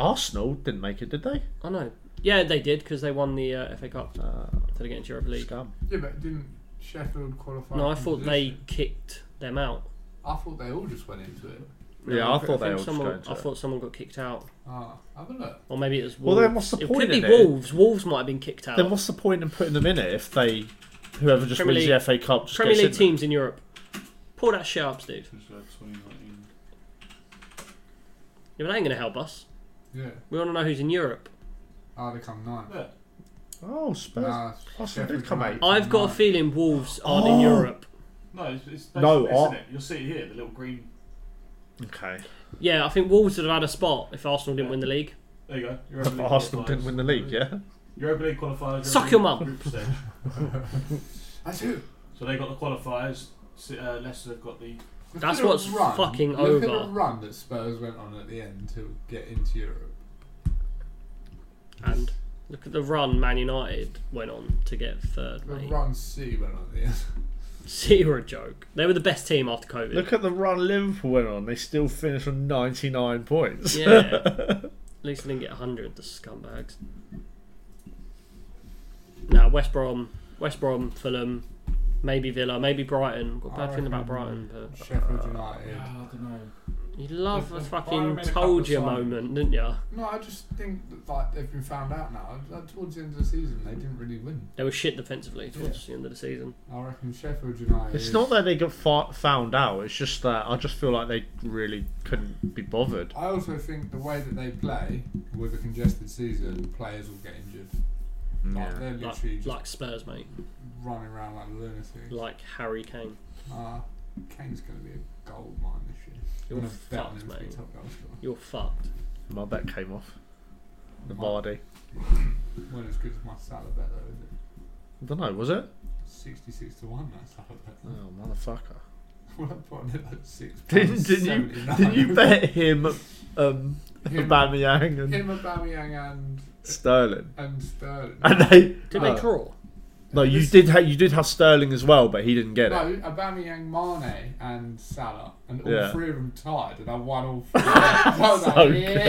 Speaker 3: Arsenal didn't make it, did they?
Speaker 4: I know. Yeah, they did because they won the uh, FA Cup
Speaker 3: Uh,
Speaker 4: to get into Europa League.
Speaker 3: scum.
Speaker 6: Yeah, but didn't Sheffield qualify?
Speaker 4: No, I
Speaker 6: for
Speaker 4: thought they
Speaker 6: position?
Speaker 4: kicked them out.
Speaker 6: I thought they all just went into it.
Speaker 4: No,
Speaker 3: Yeah, I
Speaker 4: think-
Speaker 3: thought they
Speaker 4: think
Speaker 3: all just
Speaker 4: someone,
Speaker 3: go into
Speaker 4: I
Speaker 3: it.
Speaker 4: thought someone got kicked out,
Speaker 6: Ah, have a look.
Speaker 4: or maybe it was.
Speaker 3: Well,
Speaker 4: Wolves.
Speaker 3: then what's the
Speaker 4: it
Speaker 3: point
Speaker 4: could
Speaker 3: in
Speaker 4: be
Speaker 3: it?
Speaker 4: Wolves. Wolves might have been kicked out.
Speaker 3: Then what's the point in putting them in it if they, whoever just
Speaker 4: Premier
Speaker 3: wins
Speaker 4: League-
Speaker 3: the FA Cup, just
Speaker 4: Premier
Speaker 3: gets
Speaker 4: League
Speaker 3: in
Speaker 4: teams in Europe. Pull that shit up, Steve. Yeah, but that ain't going to help us.
Speaker 6: Yeah.
Speaker 4: We want to know who's in Europe.
Speaker 6: Ah, they come nine.
Speaker 5: Yeah.
Speaker 3: There? Oh, Spurs.
Speaker 6: Nah,
Speaker 3: Arsenal
Speaker 6: Sheffield
Speaker 3: did come
Speaker 6: United
Speaker 3: eight.
Speaker 6: come
Speaker 4: I've got a
Speaker 6: nine.
Speaker 4: feeling Wolves aren't in
Speaker 3: Oh.
Speaker 4: Europe.
Speaker 5: No, it's, it's
Speaker 3: No,
Speaker 5: no, isn't
Speaker 3: I-
Speaker 5: it? You'll see it here, the little green.
Speaker 3: Okay.
Speaker 4: Yeah, I think Wolves would have had a spot if Arsenal didn't win the league.
Speaker 5: There you go. Europa League
Speaker 3: Arsenal
Speaker 5: qualifiers.
Speaker 3: didn't win the league, yeah?
Speaker 5: Europa League qualifiers.
Speaker 4: Suck
Speaker 5: Europa League
Speaker 4: your mum.
Speaker 5: group stage.
Speaker 6: That's who.
Speaker 5: So they got the qualifiers. Si- Uh, Leicester have got the.
Speaker 6: Look
Speaker 4: That's
Speaker 6: at the
Speaker 4: what's
Speaker 6: run.
Speaker 4: fucking
Speaker 6: Look At
Speaker 4: over.
Speaker 6: the run that Spurs went on at the end to get into Europe.
Speaker 4: And look at the run Man United went on to get third,
Speaker 6: The
Speaker 4: mate.
Speaker 6: run C went on at the end.
Speaker 4: City were a joke. They were the best team after COVID.
Speaker 3: Look at the run Liverpool went on. They still finished with 99 points.
Speaker 4: yeah. At least they didn't get 100, the scumbags. Now, West Brom, West Brom, Fulham, Maybe Villa, maybe Brighton. Got a bad
Speaker 6: I
Speaker 4: feeling about
Speaker 6: reckon-
Speaker 4: Brighton, but
Speaker 3: Uh,
Speaker 6: Sheffield United.
Speaker 5: I don't know.
Speaker 4: you love a
Speaker 5: Byron
Speaker 4: fucking
Speaker 5: made a couple
Speaker 4: told
Speaker 5: of
Speaker 4: you
Speaker 5: signings.
Speaker 4: moment, didn't you?
Speaker 6: No, I just think that like they've been found out now. Like, towards the end of the season, they didn't really win.
Speaker 4: They were shit defensively towards the end of the season.
Speaker 6: I reckon Sheffield United.
Speaker 3: It's not that they got fa- found out. It's just that I just feel like they really couldn't be bothered.
Speaker 6: I also think the way that they play with a congested season, players will get injured. Like, they're
Speaker 4: Like,
Speaker 6: literally just
Speaker 4: like Spurs, mate.
Speaker 6: running around like lunatics.
Speaker 4: Like Harry Kane.
Speaker 6: Uh, Kane's going to be a gold mine this year.
Speaker 4: You're
Speaker 6: I'm gonna bet on
Speaker 4: fucked,
Speaker 6: him to be
Speaker 4: mate.
Speaker 6: top goal scorer.
Speaker 4: You're fucked.
Speaker 3: My bet came off. The Vardy.
Speaker 6: Not as good as my Salah bet though, is it?
Speaker 3: I don't know. Was it?
Speaker 6: 66 to 1 that Salah bet.
Speaker 3: Oh motherfucker!
Speaker 6: Well, I'm putting it at 6
Speaker 3: Didn't, didn't you? Didn't you bet him, um,
Speaker 6: Him.
Speaker 3: Aubameyang and
Speaker 6: Him, Aubameyang and,
Speaker 3: Sterling?
Speaker 6: and Sterling.
Speaker 3: And they uh,
Speaker 4: Did
Speaker 6: Oh.
Speaker 4: they draw?
Speaker 3: no, you
Speaker 6: This-
Speaker 3: did. Ha- you did have Sterling as well, but he didn't get it.
Speaker 6: No, Aubameyang, Mane, and Salah, and all
Speaker 3: Yeah.
Speaker 6: three of them tied, and I won all three. I was like,
Speaker 3: So
Speaker 6: yeah,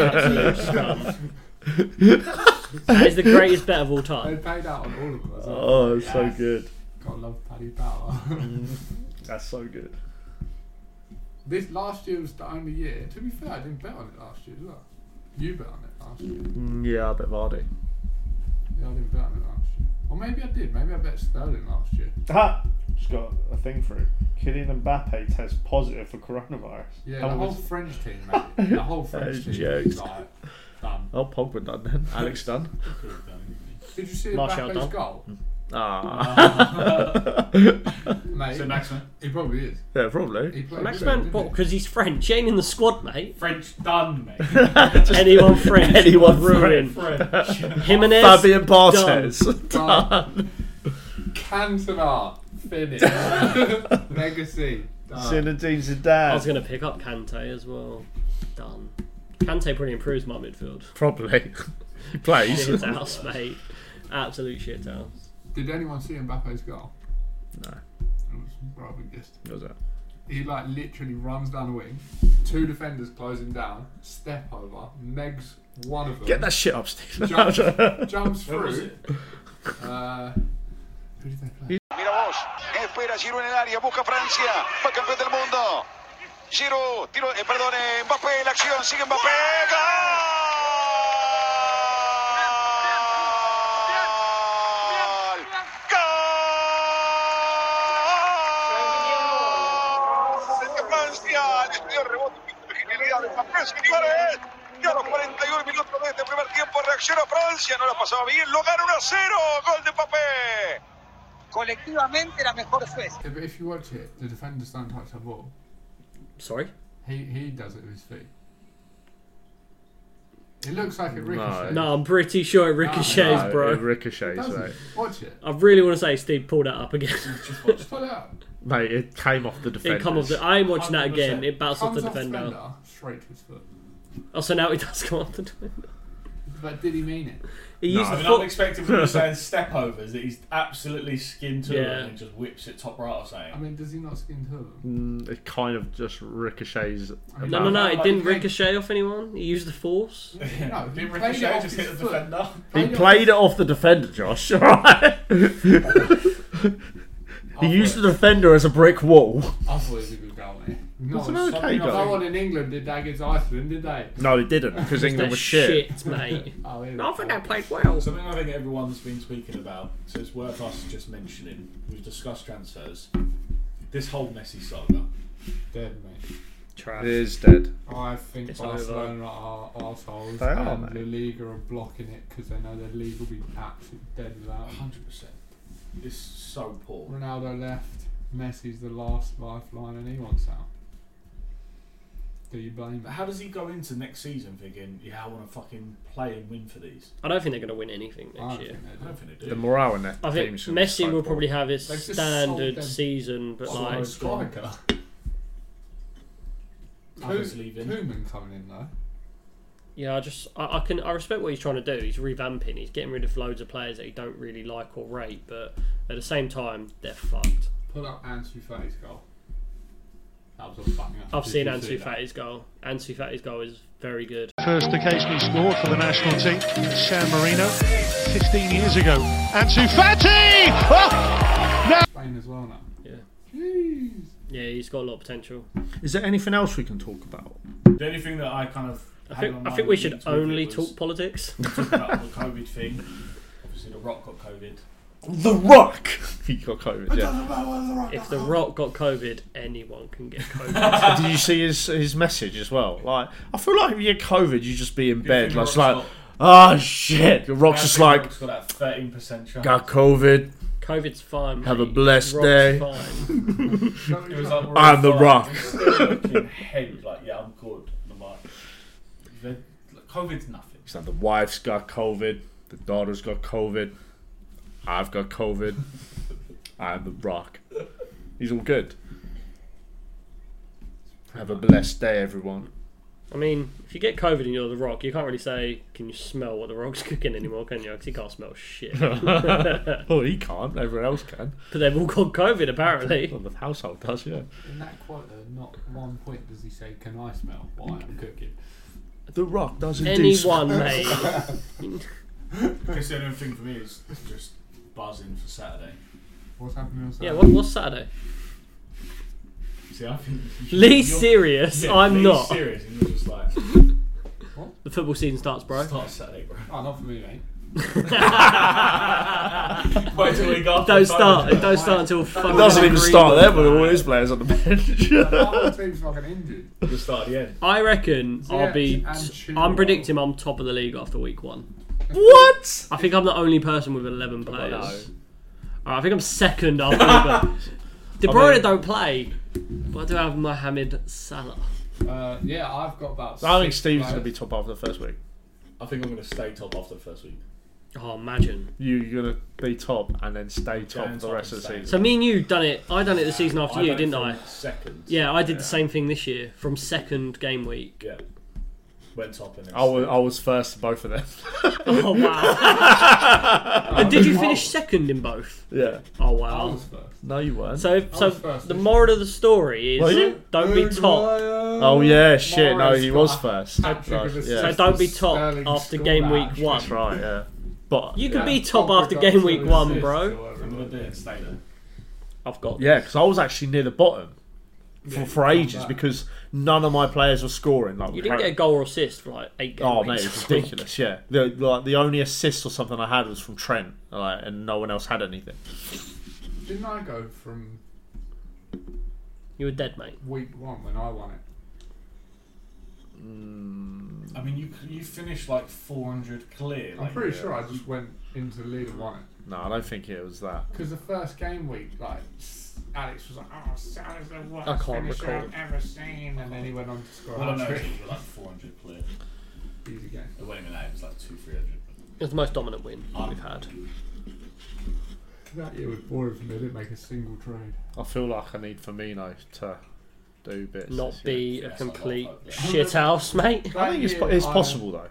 Speaker 4: That is the greatest bet of all
Speaker 6: they
Speaker 4: time.
Speaker 6: paid out on all of us.
Speaker 3: Oh, it's so good.
Speaker 6: Gotta love Paddy Power.
Speaker 3: That's so good.
Speaker 6: this last year was the only year. To be fair, I didn't bet on it last year, did I? You bet on it last year.
Speaker 3: Mm, Yeah, I bet Vardy.
Speaker 6: Yeah, I didn't bet on it last year. Or maybe I did. Maybe I bet Sterling last year.
Speaker 3: Ha! Just got a thing for it. Kylian Mbappe tests positive for coronavirus.
Speaker 6: Yeah, the whole French team, mate. The whole French
Speaker 3: Hey,
Speaker 6: team.
Speaker 3: jokes.
Speaker 6: Like, done.
Speaker 3: Oh, Pogba done then. Alex done.
Speaker 6: Did you see
Speaker 4: Martial
Speaker 6: Mbappe's
Speaker 4: done.
Speaker 6: goal?
Speaker 3: Ah.
Speaker 6: Mate,
Speaker 5: So next one.
Speaker 6: he probably is.
Speaker 3: yeah, probably.
Speaker 6: He played
Speaker 4: Max
Speaker 6: good,
Speaker 4: Man,
Speaker 6: didn't
Speaker 4: what?
Speaker 6: he?
Speaker 4: Because he's French. He ain't in the squad, mate.
Speaker 5: French done, mate.
Speaker 4: Anyone French?
Speaker 3: Anyone
Speaker 4: ruined.
Speaker 5: French.
Speaker 4: Jimenez.
Speaker 3: Fabian Barthez.
Speaker 6: Done. Cantona. Finished. Legacy.
Speaker 4: Ah.
Speaker 6: Done.
Speaker 3: Zinedine
Speaker 4: I was
Speaker 3: Zidane.
Speaker 4: going to pick up Kante as well. Done. Kante probably improves my midfield.
Speaker 3: Probably. he plays.
Speaker 4: Shit house, mate. Absolute shit house.
Speaker 6: Did anyone see Mbappe's goal?
Speaker 3: No.
Speaker 6: It was rather just.
Speaker 3: Was it?
Speaker 6: He like literally runs down the wing, two defenders close him down, step over, negs one of them,
Speaker 3: Get that shit up, Steve.
Speaker 6: Jump.
Speaker 3: That
Speaker 6: jumps
Speaker 5: Where was
Speaker 6: through. Uh, who did they play?
Speaker 2: Mira vos, espera Giroud en el área, busca Francia, va campeón del mundo. Giroud, tiro, eh, perdón, eh, Mbappé, la acción, sigue Mbappé, gol. Gol de Francia, el estudio rebote, de genialidad de Mbappé, señores. Y a los 41 minutos de este primer tiempo reacciona Francia, no la pasaba bien, lo gana 1 a 0, gol de Mbappé.
Speaker 9: colectivamente la mejor Suecia.
Speaker 6: Yeah, but if you watch it, the defenders don't touch the ball.
Speaker 4: Sorry?
Speaker 6: He he does it with his feet. It looks like it ricochets.
Speaker 4: No, I'm pretty sure it ricochets,
Speaker 3: Ah, no,
Speaker 4: bro.
Speaker 3: It ricochets,
Speaker 6: Doesn't.
Speaker 3: mate.
Speaker 6: Watch it.
Speaker 4: I really want to say Steve pulled that up again.
Speaker 6: Pull it out.
Speaker 3: Mate, it came off the defender.
Speaker 4: it come off the, I am watching that again.
Speaker 5: 100%.
Speaker 4: It bounced off
Speaker 6: Comes
Speaker 4: the
Speaker 6: off the
Speaker 4: defender.
Speaker 6: defender, straight to his foot.
Speaker 4: Oh, so now it does come off the defender.
Speaker 6: But did he mean it?
Speaker 4: He used
Speaker 5: I
Speaker 4: the
Speaker 5: mean, I'm
Speaker 4: foot.
Speaker 5: expecting when you're saying step overs that he's absolutely skinned to
Speaker 4: Yeah.
Speaker 5: it and just whips it top right or
Speaker 6: I
Speaker 5: something.
Speaker 6: mean, does he not skin to them?
Speaker 3: Mm, it kind of just ricochets.
Speaker 6: mean,
Speaker 4: No, no, no. It
Speaker 5: Like,
Speaker 4: didn't
Speaker 5: like-
Speaker 4: ricochet off anyone. He used the force.
Speaker 6: No, he
Speaker 5: Did
Speaker 6: played it
Speaker 5: Ricochet
Speaker 6: off
Speaker 5: just
Speaker 6: his
Speaker 5: hit the
Speaker 6: foot.
Speaker 5: defender?
Speaker 3: He played it off the defender, Josh. Right? he used the defender as a brick wall.
Speaker 6: I thought it was a good goal, mate. No,
Speaker 3: That's an okay
Speaker 6: something-
Speaker 3: goal.
Speaker 6: No one in England did that against Iceland, did they?
Speaker 3: No, he didn't because England
Speaker 4: That
Speaker 3: was shit.
Speaker 4: mate.
Speaker 6: Oh, yeah.
Speaker 4: I think they played well.
Speaker 5: Something I think everyone's been speaking about, so it's worth us just mentioning. We've discussed transfers. This whole messy saga.
Speaker 6: dead, mate.
Speaker 3: It is dead.
Speaker 6: I think
Speaker 4: It's
Speaker 6: Barcelona are arseholes
Speaker 3: They are,
Speaker 6: and
Speaker 3: mate.
Speaker 6: the league are blocking it because they know their league will be absolutely dead without them.
Speaker 5: 100%. It's so poor.
Speaker 6: Ronaldo left. Messi's the last lifeline, and he wants out. Do you blame
Speaker 5: But
Speaker 6: him?
Speaker 5: how does he go into next season thinking, yeah, I want to fucking play and win for these?
Speaker 4: I don't think they're going to win anything
Speaker 6: I
Speaker 4: next
Speaker 6: don't
Speaker 4: year.
Speaker 6: think
Speaker 5: I
Speaker 6: they
Speaker 5: don't
Speaker 6: do.
Speaker 5: think they
Speaker 3: The
Speaker 5: do.
Speaker 3: morale in that
Speaker 4: I think
Speaker 3: team's
Speaker 4: Messi
Speaker 3: so
Speaker 4: will
Speaker 3: poor.
Speaker 4: probably have his
Speaker 6: They've just sold
Speaker 4: standard
Speaker 6: them.
Speaker 4: season, but like
Speaker 5: Suarez gone. Others leaving.
Speaker 6: Koeman coming in though.
Speaker 4: Yeah, I just I, I can I respect what he's trying to do. He's revamping. He's getting rid of loads of players that he don't really like or rate, but at the same time, they're fucked.
Speaker 6: Put up Ansu Fati's goal. That was a banger.
Speaker 4: I've
Speaker 6: Did
Speaker 4: seen
Speaker 6: you see
Speaker 4: Ansu
Speaker 6: that?
Speaker 4: Fati's goal. Ansu Fati's goal is very good.
Speaker 10: First occasion he scored for the national team, San Marino, 15 years ago. Ansu Fati! Oh,
Speaker 6: Now Spain as well now.
Speaker 4: Yeah. Yeah, he's got a lot of potential.
Speaker 3: Is there anything else we can talk about?
Speaker 5: The only thing that I kind of
Speaker 4: I
Speaker 5: had on
Speaker 4: think, I
Speaker 5: my
Speaker 4: think we
Speaker 5: mind
Speaker 4: should
Speaker 5: was
Speaker 4: only
Speaker 5: was
Speaker 4: talk politics.
Speaker 5: about the COVID thing. Obviously, The Rock got COVID.
Speaker 3: The Rock. he got COVID. Yeah.
Speaker 4: If The Rock got COVID, anyone can get COVID.
Speaker 3: Did you see his his message as well? Like, I feel like if you get COVID, you just be in bed.
Speaker 5: thing
Speaker 3: Like, it's
Speaker 5: Rock's
Speaker 3: like, ah, shit. The Rock's
Speaker 5: Bad
Speaker 3: just
Speaker 5: thing
Speaker 3: like,
Speaker 5: Rock's got that thirteen percent chance.
Speaker 3: got COVID.
Speaker 4: COVID's fine.
Speaker 3: Have a
Speaker 4: mate.
Speaker 3: blessed
Speaker 4: Rock's
Speaker 3: day.
Speaker 4: Fine.
Speaker 5: It was like, we're
Speaker 3: I'm
Speaker 5: all
Speaker 3: The
Speaker 5: fine.
Speaker 3: Rock.
Speaker 5: He's still looking head, like, yeah, I'm good. And I'm like, "The- like, COVID's nothing.
Speaker 3: So the wife's got COVID. The daughter's got COVID. I've got COVID. I'm the Rock. He's all good. Have a blessed day, everyone.
Speaker 4: I mean, if you get COVID and you're The Rock, you can't really say, can you smell what The Rock's cooking anymore, can you? Because he can't smell shit. but
Speaker 3: Oh, he can't. Everyone else can.
Speaker 4: they've all got COVID, apparently.
Speaker 3: Well, the household does, yeah.
Speaker 6: In that quote, though, not one point does he say, "Can I smell why I'm cooking?"
Speaker 3: The Rock does
Speaker 4: Anyone, mate.
Speaker 5: I guess the only thing for me is just buzzing for Saturday.
Speaker 6: What's happening on Saturday?
Speaker 4: Yeah, what, what's Saturday?
Speaker 5: See, I think
Speaker 4: Lee
Speaker 5: You're-
Speaker 4: serious.
Speaker 5: yeah,
Speaker 4: I'm
Speaker 5: Lee's
Speaker 4: not.
Speaker 5: serious, and you're just like,
Speaker 4: The football season starts, bro.
Speaker 5: it's not Saturday, bro.
Speaker 6: Oh, not for me, mate.
Speaker 5: Wait till we go.
Speaker 4: Don't start. It don't start until fucking.
Speaker 3: It doesn't even
Speaker 4: Greenwood.
Speaker 3: start there with all his players on the bench.
Speaker 6: Half the team's fucking injured.
Speaker 5: The start of the end.
Speaker 4: I reckon I'll be.
Speaker 6: and Chilwell.
Speaker 4: I'm predicting I'm top of the league after week one.
Speaker 3: what?
Speaker 4: I think I'm the only person with 11 players. Alright, I think I'm second after. Liverpool. De Bruyne
Speaker 3: mean-
Speaker 4: don't play, but I do have Mohamed Salah.
Speaker 6: Uh, yeah, I've got about.
Speaker 3: I think
Speaker 6: six
Speaker 3: Steve's
Speaker 6: players.
Speaker 3: going to be top after the first week.
Speaker 5: I think I'm gonna stay top after the first week.
Speaker 4: Oh, imagine.
Speaker 3: You, you're going to be top and then stay top
Speaker 5: and
Speaker 3: the
Speaker 5: top
Speaker 3: rest
Speaker 5: and
Speaker 3: of the
Speaker 5: stay.
Speaker 3: season.
Speaker 4: So me and you done it. I done it the season after
Speaker 5: I
Speaker 4: you,
Speaker 5: done it
Speaker 4: didn't I?
Speaker 5: from Second.
Speaker 4: Yeah, I did the same thing this year from second game week.
Speaker 5: Yeah. Went top and then.
Speaker 3: I was, I was first to both of them.
Speaker 4: Oh wow! and did you finish second in both?
Speaker 3: yeah.
Speaker 4: Oh
Speaker 6: I
Speaker 4: wow!
Speaker 6: was first.
Speaker 3: No, you weren't.
Speaker 4: So, so
Speaker 6: was first,
Speaker 4: the
Speaker 6: isn't
Speaker 4: moral of the story
Speaker 3: Were
Speaker 4: is
Speaker 3: you?
Speaker 4: don't be top.
Speaker 3: oh, yeah, shit. No, he was first.
Speaker 6: Hat-trick of
Speaker 3: Right,
Speaker 6: assists.
Speaker 3: yeah.
Speaker 4: So don't be top
Speaker 6: Sterling
Speaker 4: after
Speaker 6: scored
Speaker 4: game
Speaker 6: that.
Speaker 4: week one.
Speaker 3: That's right, yeah. But,
Speaker 4: You
Speaker 3: yeah.
Speaker 4: can be top after game week one, bro.
Speaker 5: I'm gonna do it. Stay there.
Speaker 4: I've got.
Speaker 3: Yeah, because I was actually near the bottom for, for ages
Speaker 6: back.
Speaker 3: because none of my players were scoring. Like,
Speaker 4: You didn't get a goal or assist for like eight games.
Speaker 3: Oh mate, it was ridiculous. Yeah, the like the only assist or something I had was from Trent, like, and no one else had anything.
Speaker 6: Didn't I go from
Speaker 4: You were dead, mate.
Speaker 6: week one when I won it?
Speaker 5: I mean, you you finished like 400 clear.
Speaker 6: I'm
Speaker 5: like,
Speaker 6: pretty
Speaker 5: yeah.
Speaker 6: sure I just went into the lead and won it.
Speaker 3: No, I don't think it was that.
Speaker 6: Because the first game week, like s- Alex was like, "Oh, Salah's the worst
Speaker 3: I can't
Speaker 6: finisher
Speaker 3: recall.
Speaker 6: I've ever seen," and then he went on to score
Speaker 5: Well, I
Speaker 6: a
Speaker 5: know
Speaker 6: hat-trick.
Speaker 5: you were like 400 clear.
Speaker 6: Easy game.
Speaker 5: It wasn't even that. It was like two, 300.
Speaker 4: It was the most dominant win we've had.
Speaker 6: That year was boring for me. I didn't make a single trade.
Speaker 3: I feel like I need Firmino to do bits.
Speaker 4: Not
Speaker 3: this year.
Speaker 4: be a
Speaker 5: Yeah,
Speaker 4: complete
Speaker 5: it's not
Speaker 4: shit house, mate.
Speaker 3: I think it's po- it's possible though.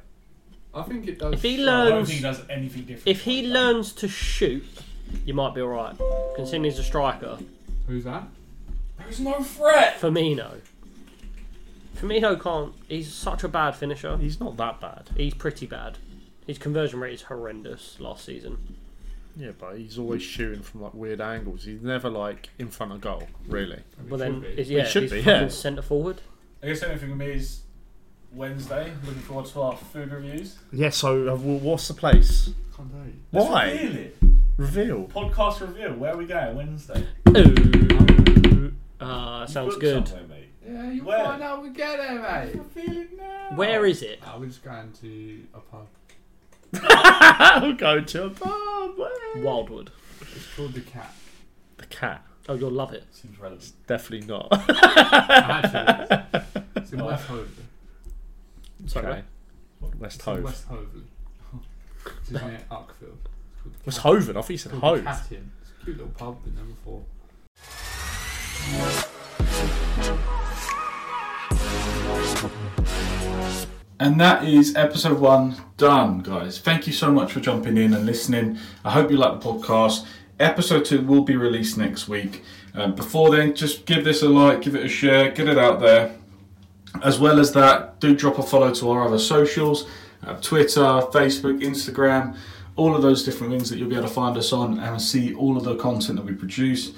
Speaker 6: I think it does.
Speaker 4: If he
Speaker 6: show.
Speaker 5: I don't
Speaker 4: learns,
Speaker 5: think he does anything different.
Speaker 4: if he
Speaker 5: like that.
Speaker 4: learns to shoot, you might be all right. Considering he's a striker,
Speaker 6: who's that?
Speaker 5: There's no threat.
Speaker 4: Firmino. Firmino can't. He's such a bad finisher.
Speaker 3: He's not that bad.
Speaker 4: He's pretty bad. His conversion rate is horrendous last season.
Speaker 3: Yeah, but he's always shooting from like weird angles. He's never like in front of goal, really.
Speaker 4: Well,
Speaker 6: should
Speaker 4: then,
Speaker 6: be.
Speaker 4: is, yeah,
Speaker 3: should
Speaker 4: he's
Speaker 3: be,
Speaker 4: fucking
Speaker 3: yeah.
Speaker 4: centre forward.
Speaker 5: I guess the only thing for me is Wednesday. Looking forward to our food reviews.
Speaker 3: Yeah. So uh, wh- what's the place?
Speaker 6: Can't tell you.
Speaker 5: Let's
Speaker 3: Why
Speaker 5: reveal it.
Speaker 3: reveal?
Speaker 5: Podcast review. Where are we going Wednesday?
Speaker 4: Ooh. Ah, sounds
Speaker 5: Book
Speaker 4: good.
Speaker 5: somewhere, mate.
Speaker 6: Yeah, you
Speaker 5: Where?
Speaker 6: find out we get there, mate.
Speaker 4: Where is it?
Speaker 6: Nah, we're just going to a pub.
Speaker 3: I'll go to a pub.
Speaker 4: Wildwood.
Speaker 6: It's called the Cat.
Speaker 3: The cat.
Speaker 4: Oh, you'll love it.
Speaker 5: Seems relevant.
Speaker 3: Definitely not.
Speaker 6: Actually, it is. it's in West Hoveley.
Speaker 4: Sorry,
Speaker 3: Okay.
Speaker 4: mate.
Speaker 3: West
Speaker 6: It's in
Speaker 3: Hove.
Speaker 6: West Hoveley. It's near Uckfield. It's called the
Speaker 3: West
Speaker 6: Cat.
Speaker 3: Hoven. I thought you said
Speaker 6: Called the
Speaker 3: Hove.
Speaker 6: Cat Inn. It's a cute little pub. Been there before.
Speaker 1: And that is episode one done, guys. Thank you so much for jumping in and listening. I hope you like the podcast. Episode two will be released next week. Um, before then, just give this a like, give it a share, get it out there. As well as that, do drop a follow to our other socials uh, Twitter, Facebook, Instagram.
Speaker 5: all of those different things that you'll be able to find us on and see all of the content that we produce.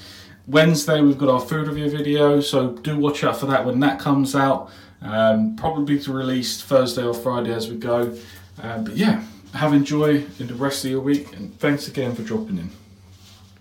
Speaker 5: Wednesday, we've got our food review video, so do watch out for that when that comes out. Um, probably to release Thursday or Friday Uh, as we go. Um, but yeah, have enjoy the rest of your week, and thanks again for dropping in.